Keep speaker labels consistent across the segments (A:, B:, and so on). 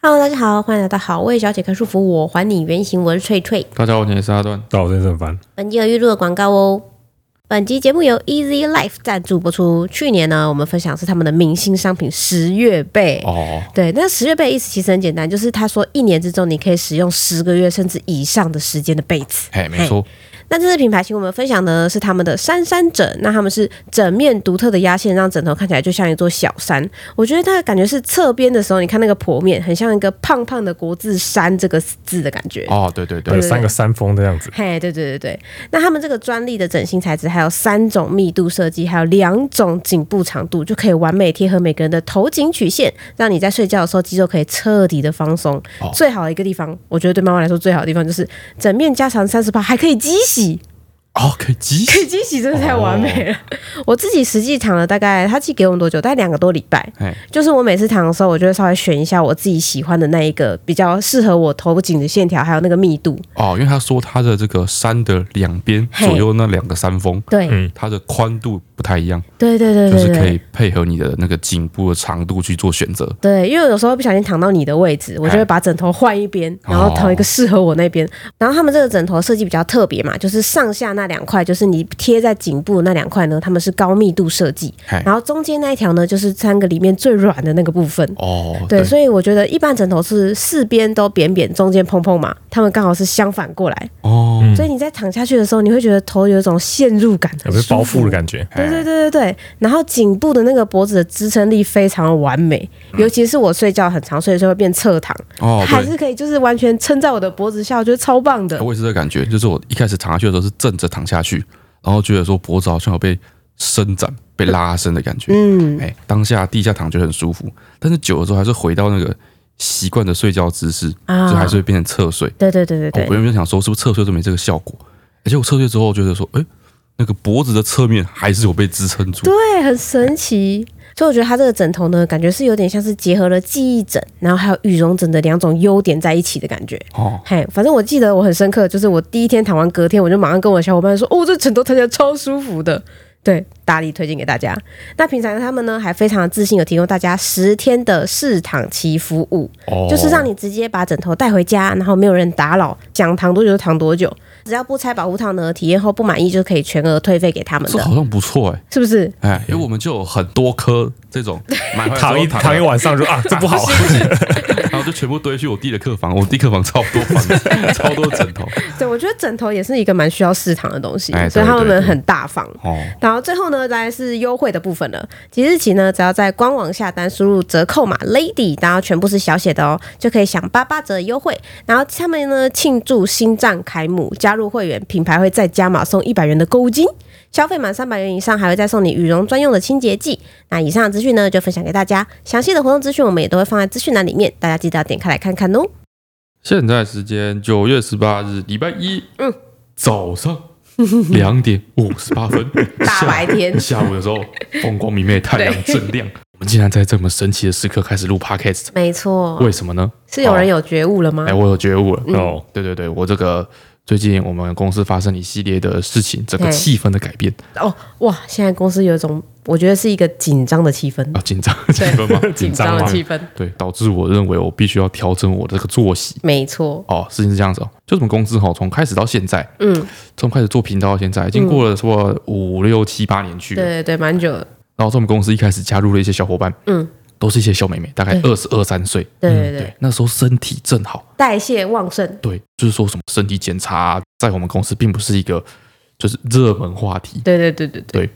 A: Hello，大家好，欢迎来到好味小姐开束缚，我还你原形，我是翠翠。
B: 大家好，我是阿段。
C: 到我哦真是很烦。
A: 本集有预录的广告哦。本集节目由 Easy Life 赞助播出。去年呢，我们分享是他们的明星商品十月贝。
B: 哦，
A: 对，那十月贝意思其实很简单，就是他说一年之中你可以使用十个月甚至以上的时间的被子。
B: 嘿，没错，
A: 那这次品牌请我们分享的是他们的山山枕，那他们是枕面独特的压线，让枕头看起来就像一座小山。我觉得它的感觉是侧边的时候，你看那个剖面，很像一个胖胖的国字“山”这个字的感觉。
B: 哦，对对对
C: 有，三个山峰这样子，
A: 嘿，对对对对，那他们这个专利的枕芯材质，还有三种密度设计，还有两种颈部长度，就可以完美贴合每个人的头颈曲线，让你在睡觉的时候肌肉可以彻底的放松。
B: 哦
A: 最好的一个地方，我觉得对妈妈来说最好的地方就是枕面加长三十帕，还可以机洗，
B: 哦，可以机
A: 可以机洗真的太完美了。我自己实际躺了大概，他寄给我们多久？大概两个多礼拜。
B: 嘿，
A: 就是我每次躺的时候，我就会稍微选一下我自己喜欢的那一个比较适合我头颈的线条，还有那个密度。
B: 哦，因为他说他的这个山的两边
A: 嘿
B: 左右那两个山峰，
A: 对，
C: 嗯
B: 它的宽度不太一样，
A: 对对对
B: 就
A: 对
B: 是
A: 对。
B: 可以配合你的那个颈部的长度去做选择。
A: 对，因为有时候不小心躺到你的位置，我就会把枕头换一边，然后躺一个适合我那边。然后他们这个枕头设计比较特别
B: 嗯
A: 嘛，就是上下那两块，就是你贴在颈部的那两块呢，他们是高密度设计，
B: 嘿，
A: 然后中间那一条呢，就是三个里面最软的那个部分。
B: 哦，
A: 对，所以我觉得一般枕头是四边都扁扁，中间蓬蓬嘛，他们刚好是相反过来，
B: 哦，
C: 嗯
A: 所以你在躺下去的时候，你会觉得头有一种陷入感，
C: 有
A: 很
C: 被包
A: 舒服
C: 覆的感觉。
A: 对对对对对，然后颈部的那个脖子的支撑力非常完美，尤其是我睡觉很长睡的时候会变侧躺，
B: 哦，
A: 还
B: 对。哦
A: 是可以就是完全撑在我的脖子下，我觉得超棒的。
B: 我也是这个感觉，就是我一开始躺下去的时候是正着躺下去，然后觉得说脖子好像有被伸展、被拉伸的感觉。
A: 嗯，
B: 哎、当下地下躺觉得很舒服，但是久了之后还是回到那个习惯的睡觉姿势，
A: 啊
B: 就还是会变成侧睡。
A: 对对对对
B: 哦我
A: 对，
B: 原本想说是不是侧睡就没这个效果，而且我侧睡之后觉得说，哎、那个脖子的侧面还是有被支撑住。
A: 对，很神奇。所以我觉得它这个枕头呢，感觉是有点像是结合了记忆枕，然后还有羽绒枕的两种优点在一起的感觉。
B: 哦，
A: 嘿，反正我记得我很深刻，就是我第一天躺完，隔天我就马上跟我的小伙伴说，哦，这枕头躺起来超舒服的。对，大力推荐给大家。那平常他们呢，还非常的自信，有提供大家十天的试躺期服务，
B: 哦
A: 就是让你直接把枕头带回家，然后没有人打扰，想躺多久就躺多久，只要不拆保护套呢，体验后不满意就可以全额退费给他们
B: 这
A: 的，
B: 好像不错哎、
A: 是不是？
B: 哎、因为我们就有很多颗这种买回来之后
C: 嗯躺一躺一晚上就啊，这不好。
B: 然后就全部堆去我弟的客房，我弟客房超多房子， 超多枕头。
A: 对，我觉得枕头也是一个蛮需要试躺的东西，
B: 哎对
A: 所以他
B: 对
A: 们
B: 对
A: 很大方。
B: 哦，
A: 然后最后呢，当然是优惠的部分了。即日起呢，只要在官网下单输入折扣码 “lady”，然后全部是小写的哦，就可以享八八折优惠。然后他们呢庆祝新站开幕，加入会员品牌会再加码送一百元的购物金，消费满三百元以上还会再送你羽绒专用的清洁剂。那以上的资讯呢就分享给大家，详细的活动资讯我们也都会放在资讯栏里面，大家记得要点开来看看哦。
B: 现在时间九月十八日，礼拜一，
A: 嗯，
B: 早上两点五十八分，
A: 大白天
B: 下午的时候风光明媚，太阳
A: 对
B: 正 亮。我们竟然在这么神奇的时刻开始录 podcast，
A: 没错，
B: 为什么呢？
A: 是有人有嗯觉悟了吗
B: 哎，？我有觉悟了。
C: 哦，
B: 对对对，我这个最近我们公司发生一系列的事情，整个
A: 对
B: 气氛的改变
A: 哦，哇，现在公司有一种我觉得是一个紧张的气氛。
B: 啊，紧张 气氛吗？
A: 紧
C: 张
A: 的
C: 吗
A: 气氛。
B: 对，导致我认为我必须要调整我的这个作息。
A: 没错，
B: 哦，事情是这样子哦，就是我们公司哈、哦，从开始到现在，
A: 嗯，
B: 从开始做频道到现在，已经过了说五六七八年去了
A: 对。对对，蛮久了，
B: 然后从我们公司一开始加入了一些小伙伴，
A: 嗯，
B: 都是一些小妹妹，大概
A: 对
B: 二十二三岁，嗯
A: 对对对，
B: 对，那时候身体正好，
A: 代谢旺盛，
B: 对，就是说什么身体检查啊、在我们公司并不是一个就是热门话题，
A: 对对对对对，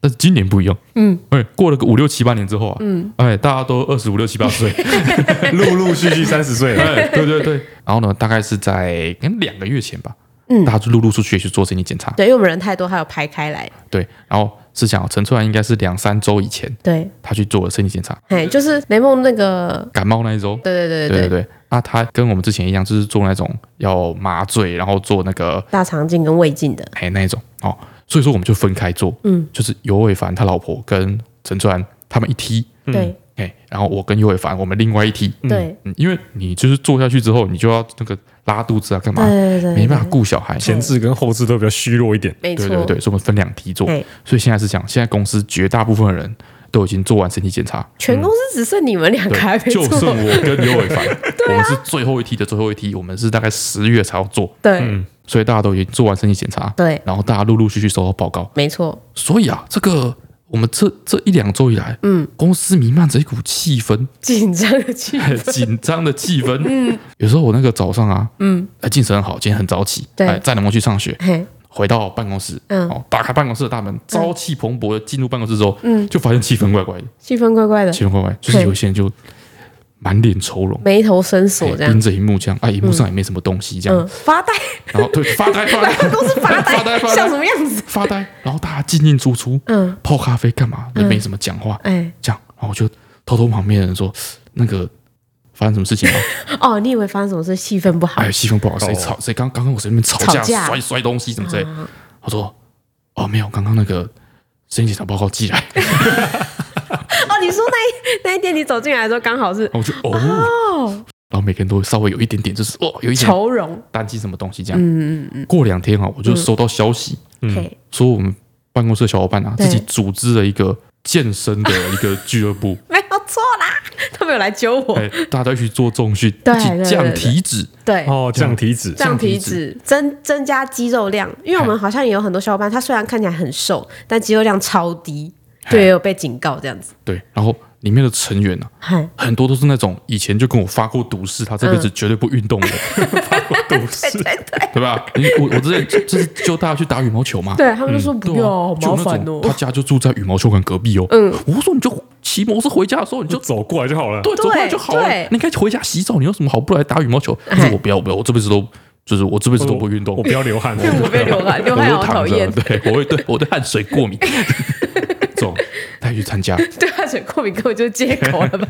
B: 但是今年不一样，
A: 嗯
B: 哎，过了个五六七八年之后啊，
A: 嗯，
B: 哎，大家都二十五六七八 岁，
C: 陆陆续续三十岁了，
B: 哎，对对对，然后呢，大概是在可能两个月前吧，
A: 嗯
B: 大家就陆陆续续去做身体检查，
A: 对，因为我们人太多，还有排开来，
B: 对，然后是想陈翠兰应该是两三周以前
A: 对，
B: 她去做了身体检查，
A: 哎，就是雷梦那个，
B: 感冒那一周，
A: 对对对
B: 对
A: 对
B: 对对，啊，他跟我们之前一样，就是做那种要麻醉，然后做那个
A: 大肠镜跟胃镜的，
B: 哎那一种哦，所以说我们就分开做，
A: 嗯，
B: 就是尤伟凡他老婆跟陈川他们一梯，
A: 对，
B: 嘿，然后我跟尤伟凡，我们另外一梯，
A: 对
B: 嗯，因为你就是坐下去之后，你就要那个拉肚子啊，干嘛？
A: 对对对
B: 没办法顾小孩，
C: 前置跟后置都比较虚弱一点，
A: 没错，
B: 对对对，所以我们分两梯做。
A: 对
B: 所以现在是这样，现在公司绝大部分的人都已经做完身体检查，
A: 全公司只剩你们两个还
B: 对，
A: 没
B: 就
A: 做，
B: 剩我跟刘伟 凡，我们是最后一梯的最后一梯，我们是大概十月才要做，
A: 对、
B: 所以大家都已经做完身体检查，
A: 对
B: 然后大家陆陆续续收到报告，
A: 没错，
B: 所以啊，这个我们这这一两周以来，嗯，公司弥漫着一股气 氛，
A: 紧张的气氛，
B: 紧张的气氛。嗯，有时候我那个早上啊，嗯，哎，精神很好，今天很早起，
A: 对
B: 哎，载龙去上学，
A: 嘿，
B: 回到办公室，
A: 嗯
B: 哦，打开办公室的大门，朝气蓬勃的进入办公室之后，嗯，就发现气氛怪怪的，
A: 气氛怪怪的，
B: 气氛怪怪，就是有些人就满脸愁容。
A: 眉头深锁这
B: 哎盯
A: 样，
B: 着荧幕这样，啊，荧幕上也没什么东西这样，
A: 嗯，发呆，
B: 然后对发呆 发呆，
A: 办 公室发
B: 发呆
A: 呆，
B: 发
A: 像什
B: 呆
A: 么样子？
B: 发呆，然后大家进进出出，
A: 嗯，
B: 泡咖啡干嘛？也没什么讲话，
A: 哎，
B: 这样，然后我就偷偷旁边的人说，那个发生什么事情 了？
A: 哦，你以为发生什么事？气氛不好
B: 哎，气氛不好，谁
C: 哦
B: 吵谁刚刚刚我谁那边吵
A: 吵
B: 架
A: 架嗯
B: 摔摔东西什么之类。我说哦没有，刚刚那个身体检查报告 寄来，
A: 哦？你说那一 那一天你走进来的时候，刚好是
B: 然后我就哦，然后每个人都稍微有一点点就是哦有一点
A: 愁容，
B: 担心什么东西这样。嗯嗯嗯。过两天啊，我就收到消息
A: 嘿，
B: 说我们办公室的小伙伴啊
A: 对
B: 自己组织了一个健身的一个俱 乐部，
A: 没有错啦，他们有来揪我，
B: 哎，大家一起做重训，
A: 对
B: 一
A: 对
B: 起
A: 对
B: 降
A: 对
B: 体脂。
A: 对，
C: 哦，降体脂，
A: 降体
B: 降
A: 脂，增增加肌肉量，因为我们好像也有很多小伙伴，他虽然看起来很瘦，但肌肉量超低，对，也有被警告这样子。
B: 对，然后里面的成员啊，
A: 嗨，嗯
B: 很多都是那种以前就跟我发过毒誓，他这辈子绝对不运 动的，
C: 都是
A: 对对
B: 对吧？你我我之前就是揪大家去打羽毛球嘛，
A: 对，他们就说不
B: 对
A: 要，
B: 啊
A: 好，
B: 就有
A: 麻
B: 那
A: 烦
B: 种
A: 哦。
B: 他家就住在羽毛球馆隔壁哦。嗯，我说你就骑摩托车回家的时候你就
C: 就。走过来就好了。
B: 对，走过来就好了
A: 对。
B: 你应该回家洗澡，你有什么好不来打羽毛球？他
A: 哎哦
B: 说我不要，我不要，我这辈子都就是我这辈子
C: 我
B: 都不运动，
C: 我不 要流汗，
A: 我被流汗，流
B: 我
A: 汗好
B: 会躺
A: 讨
B: 着，
A: 厌，
B: 对我会对我对汗水过 敏。这种他还去参加，
A: 对汗水过敏根本就是借口了 吧？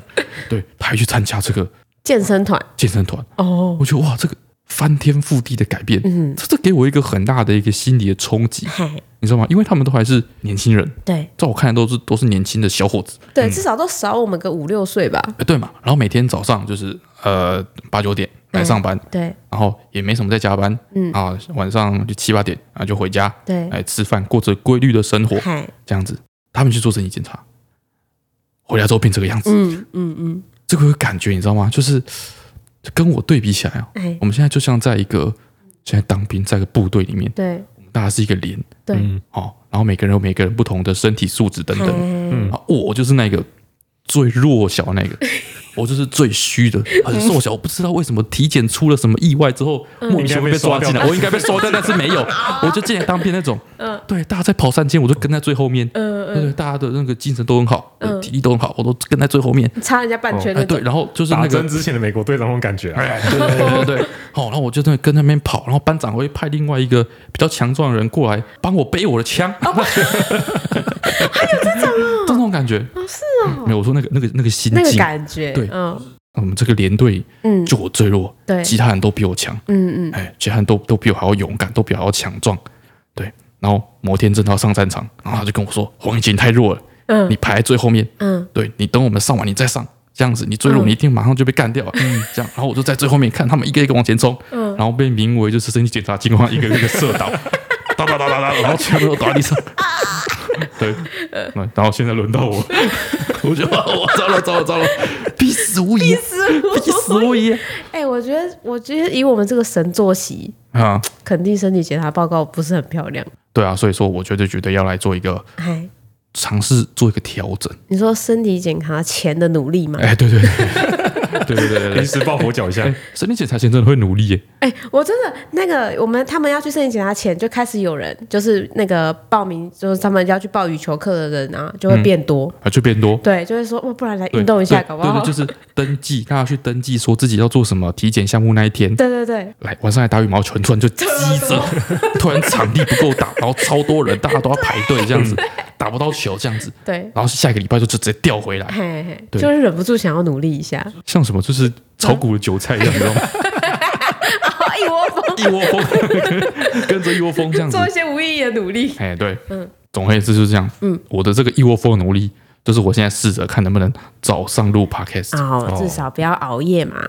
B: 对他还去参加这个
A: 健身团
B: 健身团，
A: 哦，
B: 我觉得哇，这个翻天覆地的改变，嗯，这这给我一个很大的一个心理的冲击，
A: 嗨，
B: 你知道吗？因为他们都还是年轻人，
A: 对
B: 在我看来都是都是年轻的小伙子，
A: 对，至少都少我们个五六岁吧。
B: 哎，对嘛？然后每天早上就是呃八九点
A: 嗯
B: 来上班，
A: 对
B: 然后也没什么在加班，嗯啊，晚上就七八点啊就回家，
A: 对，
B: 哎吃饭，过着规律的生活，
A: 嗨，
B: 这样子，他们去做身体检查，回来之后变这个样子，
A: 嗯嗯嗯，
B: 这个感觉你知道吗？就是就跟我对比起来啊，
A: 哎
B: 我，们现在就像在一个现在当兵在一个部队里面。
A: 对
B: 大家是一个连
A: 对，
C: 嗯
B: 哦，然后每个人有每个人不同的身体素质等等。
A: 嗨
B: 啊，我就是那个最弱小那 个，我就是最虚的，很瘦小。我不知道为什么体检出了什么意外之后，莫名其妙被抓进来，我应该被刷掉，但是没 有，我就进来当兵那种。对，大家在跑三千，我就跟在最后面。对对，大家的那个精神都很好，呃体力都很好，我都跟在最后面。
A: 擦人家半圈
B: 哎，
A: 的，
B: 对，然后就是
C: 打
B: 那个哎
C: 针之前的美国队长那种感觉啊，
B: 对对对对对，哦好，然后我就在那跟那边跑，然后班长会派另外一个比较强壮的人过来帮我背我的枪，
A: 哦
B: 还有 这种这种感觉，
A: 是
B: 没有我说那个那个那个心
A: 哦嗯 那个
B: 境，
A: 感觉，
B: 对
A: 嗯
B: 我们这个连队
A: 嗯，
B: 就我最弱，
A: 对
B: 其他人都比我强，
A: 嗯嗯，
B: 哎，其他人都都比我还要勇敢，都比我还要强壮，对，然后某天正要上战场，然后他就跟我说，黄一杰你太弱了，
A: 嗯
B: 你排在最后面，
A: 嗯，
B: 对你等我们上完你再上，这样子你坠落
A: 嗯
B: 你一定马上就被干掉了。嗯，这样，然后我就在最后面看他们一个一个往前冲，然后被名为就是身体检查情况一个一个射 倒，哒哒哒哒哒，然后全部都倒在地 上。对，那然后现在轮到 我，我就哇我糟了糟了糟了，必死无疑，
A: 是我
B: 必死无疑
A: 哎、我觉得，我觉得以我们这个神作息，
B: 啊！
A: 肯定身体检查报告不是很漂亮。
B: 对啊，所以说我绝对绝对要来做一个
A: 哎，
B: 尝试做一个调整。
A: 你说身体检查前的努力吗？
B: 哎，对对对 对对对对
C: 临
B: 对，
C: 时抱佛脚一下
B: 哎，，身体检查前真的会努力耶。
A: 哎、我真的那个，我们他们要去身体检查前就开始有人，就是那个报名，就是他们要去报羽球课的人啊，就会变多。
B: 啊，就变多，
A: 对，就会说，哦，不然来
B: 对
A: 运动一下，
B: 对
A: 搞不好。
B: 对对，就是登记， 大家去登记，说自己要做什么体检项目那一天。
A: 对对对
B: 来晚上来打羽毛球，突然就激着， 突然场地不够打，然后超多人，大家都要排队这样 子，打不到球这样子，
A: 对
B: 然后下一个礼拜就直接调回来，
A: 嘿嘿，
B: 对
A: 就是忍不住想要努力一下，
B: 像什么就是炒股的韭菜一样，你知道吗？
A: 好 一窝蜂
B: 一窝蜂， 跟跟着一窝蜂这样子
A: 做一，些无意义的努力。
B: 哎，对，嗯，总而言之就是这样，嗯，我的这个一窝蜂的努力，就是我现在试着看能不能早上录 podcast，哎、
A: 哦，
C: 哦
A: 至少不要熬夜嘛。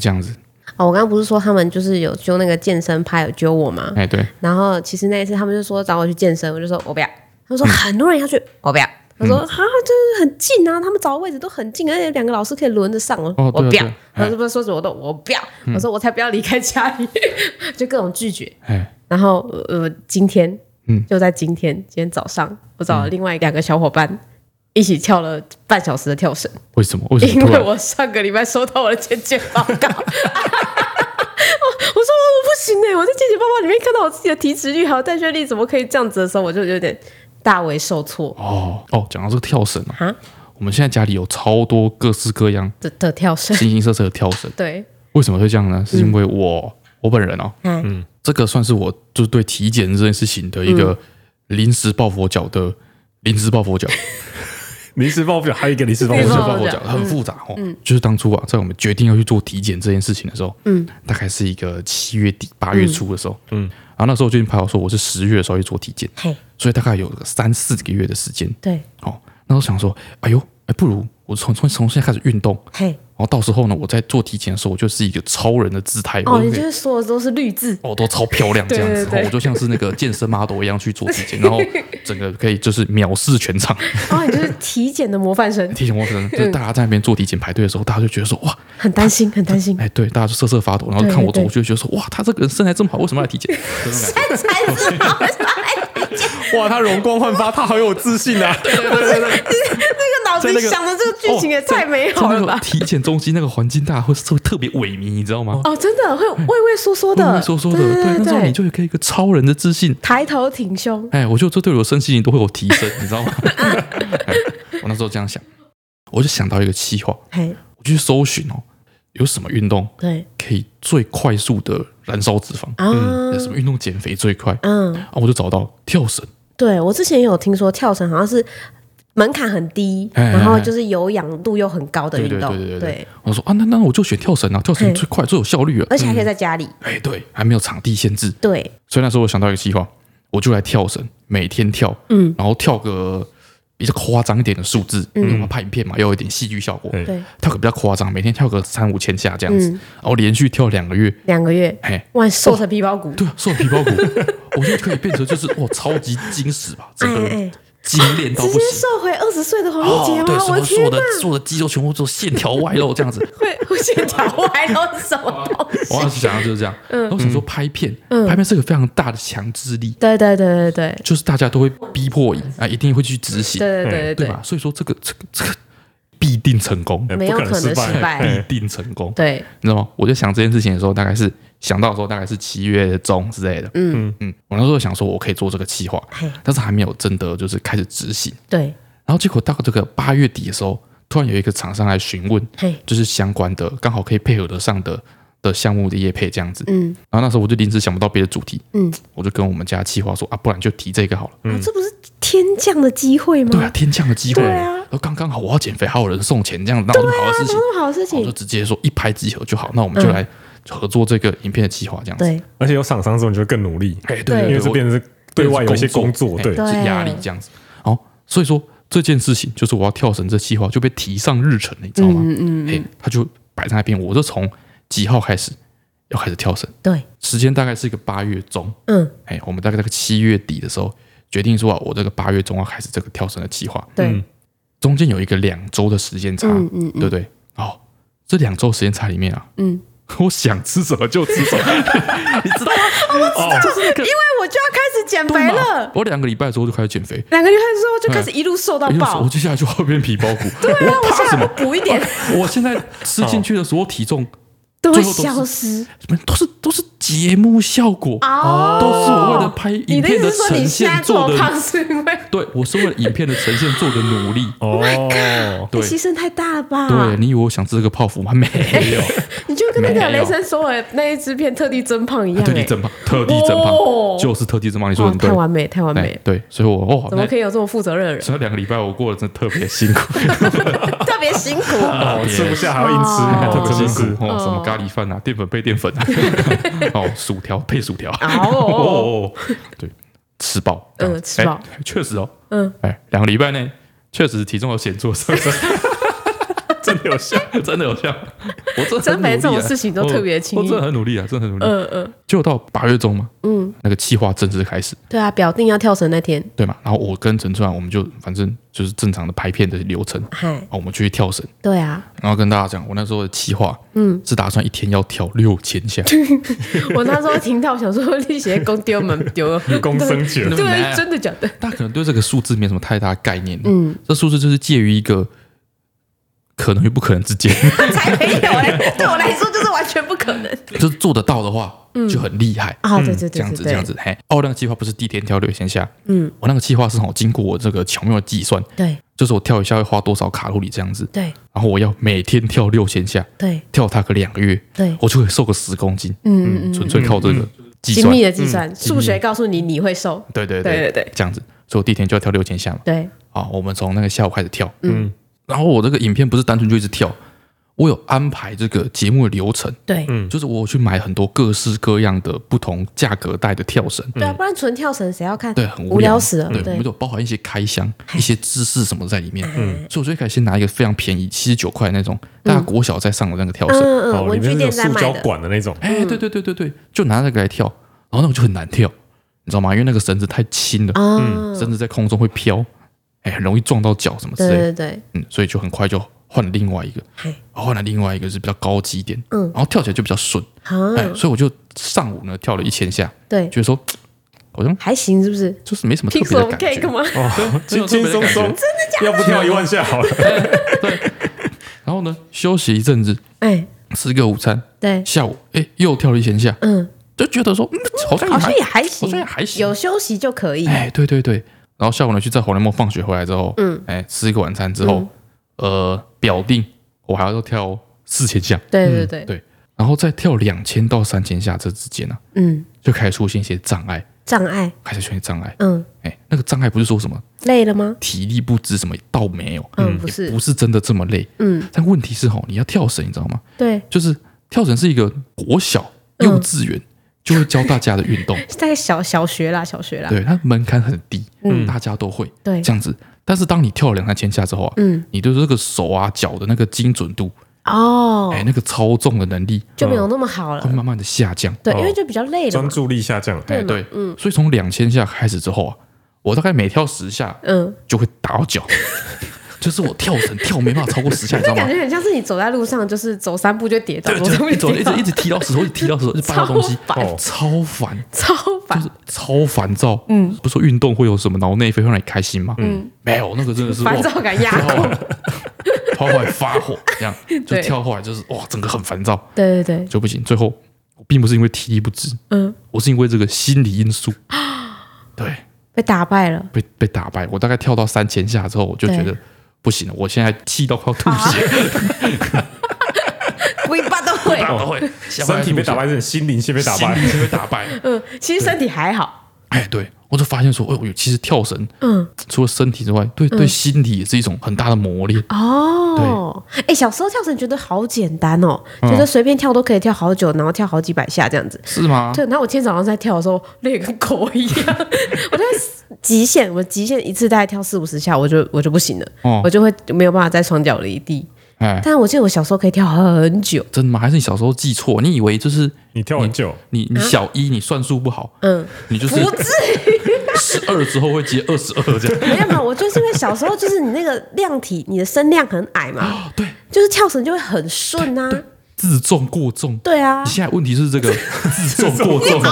B: 这样子，
A: 哦，我刚刚不是说他们就是有揪那个健身拍有揪我吗？
B: 哎、对，
A: 然后其实那一次他们就说找我去健身，我就说我不要。他们
B: 嗯
A: 说很多人要去，我不要。他说啊，就是很近啊，他们找的位置都很近，而且两个老师可以轮着上。我说
B: 哦对
A: 我
B: 啊
A: 不要
B: 对啊。嗯
A: 他是不是说什么都我不要？我说我才不要离开家里， 就各种拒绝。
B: 哎、
A: 然后呃，今天
B: 嗯
A: 就在今天，今天早上我找了另外两个小伙伴。一起跳了半小时的跳 绳，
B: 为什么？为什
A: 因
B: 么突
A: 为
B: 然？
A: 我上个礼拜收到我的健检报告， 我我说我不行哎、我在健检报告里面看到我自己的体脂率还有代谢率怎么可以这样子的时候，我就有点大为受挫
B: 哦哦，讲到这个跳绳哦，
A: 啊
B: 我们现在家里有超多各式各样、
A: 的的跳绳，
B: 形形色色的跳绳，
A: 对，
B: 为什么会这样呢？是因为我、我本人哦，
A: 嗯，
B: 这个算是我就是对体检这件事情的一个临时抱佛脚的临时抱 佛脚，
C: 临时抱佛脚，还有一个临时抱佛
B: 临
A: 临
B: 时
A: 时
B: 抱
A: 抱
B: 佛
A: 佛
B: 脚
A: 脚
B: 很复杂哦。
A: 嗯
B: 就是当初啊，在我们决定要去做体检这件事情的时候，嗯，大概是一个七月底八月初的时候，嗯，然后那时候我就已经排好说我是十月的时候去做体检，
A: 嘿，
B: 所以大概有个三四个月的时间。
A: 对，
B: 哦，那时候想说，哎呦，哎，不如我从从从现在开始运动，
A: 嘿，
B: 然后到时候呢，我在做体检的时候，我就是一个超人的姿态，
A: 哦，
B: 我就
A: 你
B: 可
A: 就
B: 以。
A: 是说的都是绿 字，
B: 哦，都超漂亮这样子，
A: 对对对
B: 哦我就像是那个健身 model 一样去做体检，然后整个可以就是藐视全场。
A: 哦，你就是体检的模范生，
B: 体检过程就是
A: 嗯
B: 大家在那边做体检排队的时候，大家就觉得说哇，
A: 很担心，很担心，
B: 哎，对，大家就瑟瑟发抖，然后看我走
A: 对对
B: 过去就觉得说哇，他这个人身材这么好，为什么要来体检？这种感觉
A: 才是好来。
C: 哇，他容光焕发，他好有自信啊！对对对
A: 这
C: 对对，
A: 个哦脑子里想的这个剧情也太美 好了
B: 在那个
A: 吧！
B: 体检中心那个环境，大家会会特别萎靡，你知道吗？
A: 哦，真的会畏畏缩缩的，
B: 嗯畏缩缩的，
A: 对
B: 对，那时候你
A: 对
B: 就可以一个超人的自信，
A: 抬头挺胸，
B: 哎，我觉得这对我身心灵都会有提升， 你知道吗？哎我那时候这样想，我就想到一个计划，
A: 嘿，
B: 我就去搜寻哦，有什么运动
A: 对
B: 可以最快速的燃烧脂肪？嗯
A: 啊，
B: 有什么运动减肥最快？啊，
A: 嗯，
B: 我就找到跳绳，
A: 对我之前也有听说跳绳好像是门槛很低，
B: 哎哎
A: 然后就是有氧度又很高的
B: 对
A: 运
B: 对对
A: 动，
B: 对对对。我说啊，那那我就选跳绳啊，跳绳
A: 嘿
B: 最快最有效率了。
A: 而且还可以在家里，
B: 哎，对，还没有场地限制，
A: 对，
B: 所以那时候我想到一个计划，我就来跳绳，每天跳，嗯，然后跳个比较夸张一点的数字，
A: 嗯
B: 因为我们拍影片嘛，要有一点戏剧效果，
C: 对
A: 对
B: 跳个比较夸张，每天跳个三五千下这样子，
A: 嗯
B: 然后连续跳两个月，
A: 两个月，
B: 哎，
A: 哇，瘦成皮包骨，
B: 对啊，瘦皮包骨， 我就可以变成就是哇，超级精实吧，整个
A: 哎哎
B: 人精炼到
A: 直
B: 不
A: 接
B: 行。
A: 瘦回二十岁的黄
B: 哦
A: 奕杰，
B: 对，
A: 吗？
B: 所
A: 我
B: 有
A: 的
B: 所有
A: 天
B: 的
A: 哪，
B: 所有的肌肉全部都线条外露这 样子，
A: 会会线条歪都是什么东西？
B: 我当时想的就是这样。
A: 嗯
B: 然后想说拍片，拍片是个非常大的强制力，
A: 对对对对对
B: 就是大家都会逼迫你啊，一定会去执行。
A: 嗯对对对
B: 对
A: 对
B: 吧？所以说这个这个这个必定成功，
A: 没有
C: 哎不可能
A: 可能失败
C: 哎
B: 必定成功，
A: 对，
B: 你知道吗？我在想这件事情的时候，大概是想到的时候大概是七月中之类的。嗯嗯，我那时候想说我可以做这个计划
A: 嘿，
B: 但是还没有真的就是开始执行。
A: 对，
B: 然后结果到这个八月底的时候，突然有一个厂商来询问
A: 嘿，
B: 就是相关的刚好可以配合得上的的项目的业配这样子。
A: 嗯
B: 然后那时候我就临时想不到别的主题，
A: 嗯，
B: 我就跟我们家企划说啊，不然就提这个好了。
A: 啊这不是天降的机会吗？
B: 嗯对啊，天降的机会，
A: 对啊
B: 然后刚刚好我要减肥，还有人送钱，这样哪有这么好的事情？
A: 哦那么好的事
B: 我就
A: 情，
B: 直接说一拍即合就好，那我们就来合作这个影片的计划，这样子。
A: 啊对
C: 而且有厂商之后，你就更努力，
B: 哎，
A: 对
B: 对
C: 因
B: 对
C: 为这
B: 对，
C: 变成是对外有一些工作，
B: 哎
C: 对，
A: 对
B: 是压力这样子。好，所以说这件事情就是我要跳绳这计划就被提上日程了，你知道吗？嗯嗯，他就摆在那边，我就从几号开始要开始跳绳，
A: 对，
B: 时间大概是一个八月中，
A: 嗯
B: 哎，我们大概在个七月底的时候决定说啊，我这个八月中要开始这个跳绳的计划，
A: 对，
B: 中间有一个两周的时间差，
A: 嗯嗯
B: 对不对？哦，这两周时间差里面啊，
A: 嗯，
B: 我想吃什么就吃什么， 你知道吗？
A: 因为我就要开始减肥了，
B: 我两个礼拜之后就开始减肥，
A: 两个月之后就开始一路瘦到
B: 因为
A: 爆
B: 我，接下来就要变皮包骨，
A: 对啊，
B: 我
A: 我
B: 怕
A: 现
B: 什
A: 在
B: 么
A: 我？补一点
B: 我现在吃进去的所有体重，
A: 都会
B: 最后都是
A: 消失
B: 都是都是节目效果，
A: 哦
B: 都是我为了拍
A: 你
B: 影
A: 的意
B: 片
A: 思是说
B: 呈
A: 你现在
B: 现
A: 这
B: 做
A: 么
B: 的，
A: 胖是因为
B: 对我是为了影片的呈现做的 努力。
A: Oh
C: 哦，
B: 对
A: 牺牲太大了吧？
B: 对，你以为我想吃这个泡芙吗？没 有，
A: 你就跟那
B: 没有
A: 个雷神索尔那一支片特地增胖一样，
B: 特地
A: 哎
B: 增胖，特地增胖
A: 哦，
B: 就是特地增胖。你说
A: 哇
B: 的，对
A: 太，完美，太完
B: 哎
A: 美，，
B: 对，所以我哦，
A: 怎么可以有这么负责任的人？
B: 所以两个礼拜我过得真的特别辛苦，哎
A: 特别辛苦，
C: 哦，吃不下还要硬
A: 哦嗯
C: 吃，
B: 特
C: 特
B: 别
C: 别
B: 辛
C: 真的是
B: 苦哦，什么咖喱饭啊，淀粉配淀粉 啊，哦，薯条配薯条，
A: 哦，
B: 哦，对，吃饱，
A: 嗯
B: 这样子
A: 吃饱
B: 哎确实哦，
A: 嗯，
B: 哎，两个礼拜内确实体重有显著上 升。真的有效，真的有效。我真的很
A: 增肥这种
B: 努力啊
A: 事情都特别轻易
B: 我我真的很努力啊，真的很努力。
A: 嗯嗯，
B: 就到八月中嘛，嗯，那个计划正式开始，
A: 对啊，表定要跳绳那天，
B: 对嘛？然后我跟陈川，我们就反正就是正常的拍片的流程，啊，
A: 嗨，
B: 我们去跳绳，
A: 对啊，
B: 然后跟大家讲，我那时候的计划，嗯，是打算一天要跳六千 下，
A: 我那时候听到想说你写公丢门丢，
C: 愚公升级了。
B: 啊
A: 对，真的假的？
B: 大家可能对这个数字没什么太大概念，嗯，这数字就是介于一个可能与不可能 之间，
A: 才没有嘞，对我来说就是完全不可能
B: 就是做得到的话，就很厉害。嗯
A: 啊！对对对对对，
B: 这样子，这样子，嘿，哦，那个计划不是第一天跳六千下，嗯，我那个计划是好经过我这个巧妙的计算，
A: 对
B: 就是我跳一下会花多少卡路里这样子，
A: 对
B: 然后我要每天跳六千下，
A: 对
B: 跳它个两个月，
A: 对，
B: 我就可以瘦个十公斤，
A: 嗯嗯嗯，
B: 纯粹靠这个计
A: 精
B: 算，嗯
A: 密的计算，数学告诉你你会瘦，
B: 对对
A: 对对
B: 对
A: 对
B: 这样子，所以我第一天就要跳六千下嘛，
A: 对，
B: 啊，我们从那个下午开始跳，
C: 嗯，
B: 然后我这个影片不是单纯就一直跳，我有安排这个节目的流程，
A: 对，
B: 嗯，就是我去买很多各式各样的不同价格带的跳绳，
A: 对啊，不然纯跳绳谁要看？
B: 嗯对，很
A: 无
B: 聊
A: 聊死了。
B: 对，我们
A: 对哎
B: 就包含一些开箱、一些知识什么在里面。嗯，所以我最开始先拿一个非常便宜，七十九块那种，大家国小在上的那个跳绳。
A: 嗯嗯，
C: 哦，里
A: 文具
C: 面
A: 店
C: 是有
A: 在
C: 塑
A: 卖
C: 胶
A: 的，
C: 管的那 种，
B: 哎，对对对对对，就拿那个来跳，然后那我就很难跳，你知道吗？因为那个绳子太轻了，嗯
A: 啊，
B: 绳子在空中会飘，哎，很容易撞到脚什么之
A: 对
B: 类的。
A: 对哎对，
B: 嗯，所以就很快就换了另外一个
A: 嘿，
B: 换了另外一个是比较高级一点，
A: 嗯
B: 然后跳起来就比较顺。哎，
A: 啊，
B: 所以我就上午呢跳了一千下，
A: 对，
B: 觉得说嘖好像
A: 还行是不是？
B: 就是没什么特
A: 凭
B: 别
A: 什
B: 的
A: 么
B: 感
A: cake
B: 觉，哦
A: 吗？
B: 没有
C: 轻
B: 特别
C: 轻
B: 的
C: 松
B: 感觉
C: 松，要不跳一万下 好了。
B: 然后呢，休息一阵子，
A: 哎，
B: 吃个午餐，
A: 对，
B: 下午哎又跳了一千下，
A: 嗯，
B: 就觉得说嗯好像也
A: 好像
B: 还
A: 也还行，
B: 好像也还行
A: 有休息就可以。
B: 哎对对对，然后下午呢去在红联梦放学回来之后，嗯，哎吃一个晚餐之后，
A: 嗯
B: 呃表定我还要跳四千下，
A: 对对对，
B: 对，然后再跳两千到三千下这之间呢、
A: 嗯，
B: 就开始出现一些障碍，
A: 障碍，
B: 开始出现障碍，
A: 嗯，
B: 哎那个障碍不是说什么
A: 累了吗？
B: 体力不支什么倒没有，
A: 嗯，不
B: 也
A: 是
B: 不，是真的这么累，
A: 嗯，
B: 但问题是吼你要跳绳你知道吗？
A: 对，
B: 就是跳绳是一个国小
A: 嗯
B: 幼稚园。就会教大家 的运动，
A: 在小小学啦，小学啦，
B: 对，它门槛很低，
A: 嗯
B: 大家都会，
A: 对
B: 这样子。但是当你跳了两三千下之后啊，
A: 嗯，
B: 你对这个手啊、脚的那个精准度，
A: 哦
B: 哎、，嗯那个操纵的能力
A: 就没有那么好
B: 会
A: 了，
B: 慢慢的下降，
A: 对，
C: 哦
A: 因为就比较累了
C: 专
A: 嘛，
C: 注力下降，
B: 哎、
A: 嘛
B: 对，嗯。所以从两千下开始之后啊，我大概每跳十下
A: 嗯，
B: 就会打到脚， 就是我跳绳跳没办法超过十下，你知道
A: 感
B: 吗？
A: 觉很像是你走在路上，就是走三步就跌倒，
B: 对，
A: 走三
B: 就
A: 步
B: 一直
A: 就跌
B: 一直
A: 倒
B: 一，直踢到石头，一直踢到石头，就绊到东西，
A: 超烦
B: 哦超烦。
A: 超
B: 就
A: 烦
B: 是，超烦躁，嗯，不是说运动会有什么脑内啡会让你开心吗？嗯，没有，那个真的是哦
A: 烦
B: 哇
A: 躁感压
B: 跳
A: 过
B: 后来，跳后来发火，这样就
A: 对
B: 跳后来就是哇，整个很烦躁，
A: 对对对，
B: 就不行。最后我并不是因为体力不支，
A: 嗯，
B: 我是因为这个心理 因素，对，
A: 被打败了。
B: 被被打败。我大概跳到三千下之后，我就觉得
A: 对
B: 不行了，我现在气到快要吐血，
A: 尾巴都会。
B: 打都 会，下巴
C: 身体被打
B: 要
C: 败，是心灵先被打
B: 吐血，心
C: 败
B: 理。 是被打败了。
A: 嗯，其实身体还好。
B: 哎，对我就发现说，哎呦，其实跳绳
A: 嗯，
B: 除了身体之外，对对心理也是一种很大的磨练。
A: 啊哦，哎、小时候跳绳觉得好简单哦，
B: 嗯
A: 觉得随便跳都可以跳好久，然后跳好几百下这样子。
B: 是吗？
A: 对，然后我今天早上在跳的时候累得跟狗一样，我在极限，我极限一次大概跳四五十下，我就我就不行了，
B: 哦
A: 我就会没有办法再双脚离地。
B: 哎，
A: 但我记得我小时候可以跳很久，
B: 真的吗？还是你小时候记错？你以为就是
C: 你跳很久，
B: 你你小一你算术不好，
A: 啊嗯，
B: 你就是
A: 不至啊
B: 十二之后会接二十二这样。
A: 没有没有，我就是因为小时候就是你那个量体，你的身量很矮嘛，
B: 哦对，
A: 就是跳绳就会很顺啊，
B: 自重过重。
A: 对啊
B: 你，现在问题是这个自重过 重，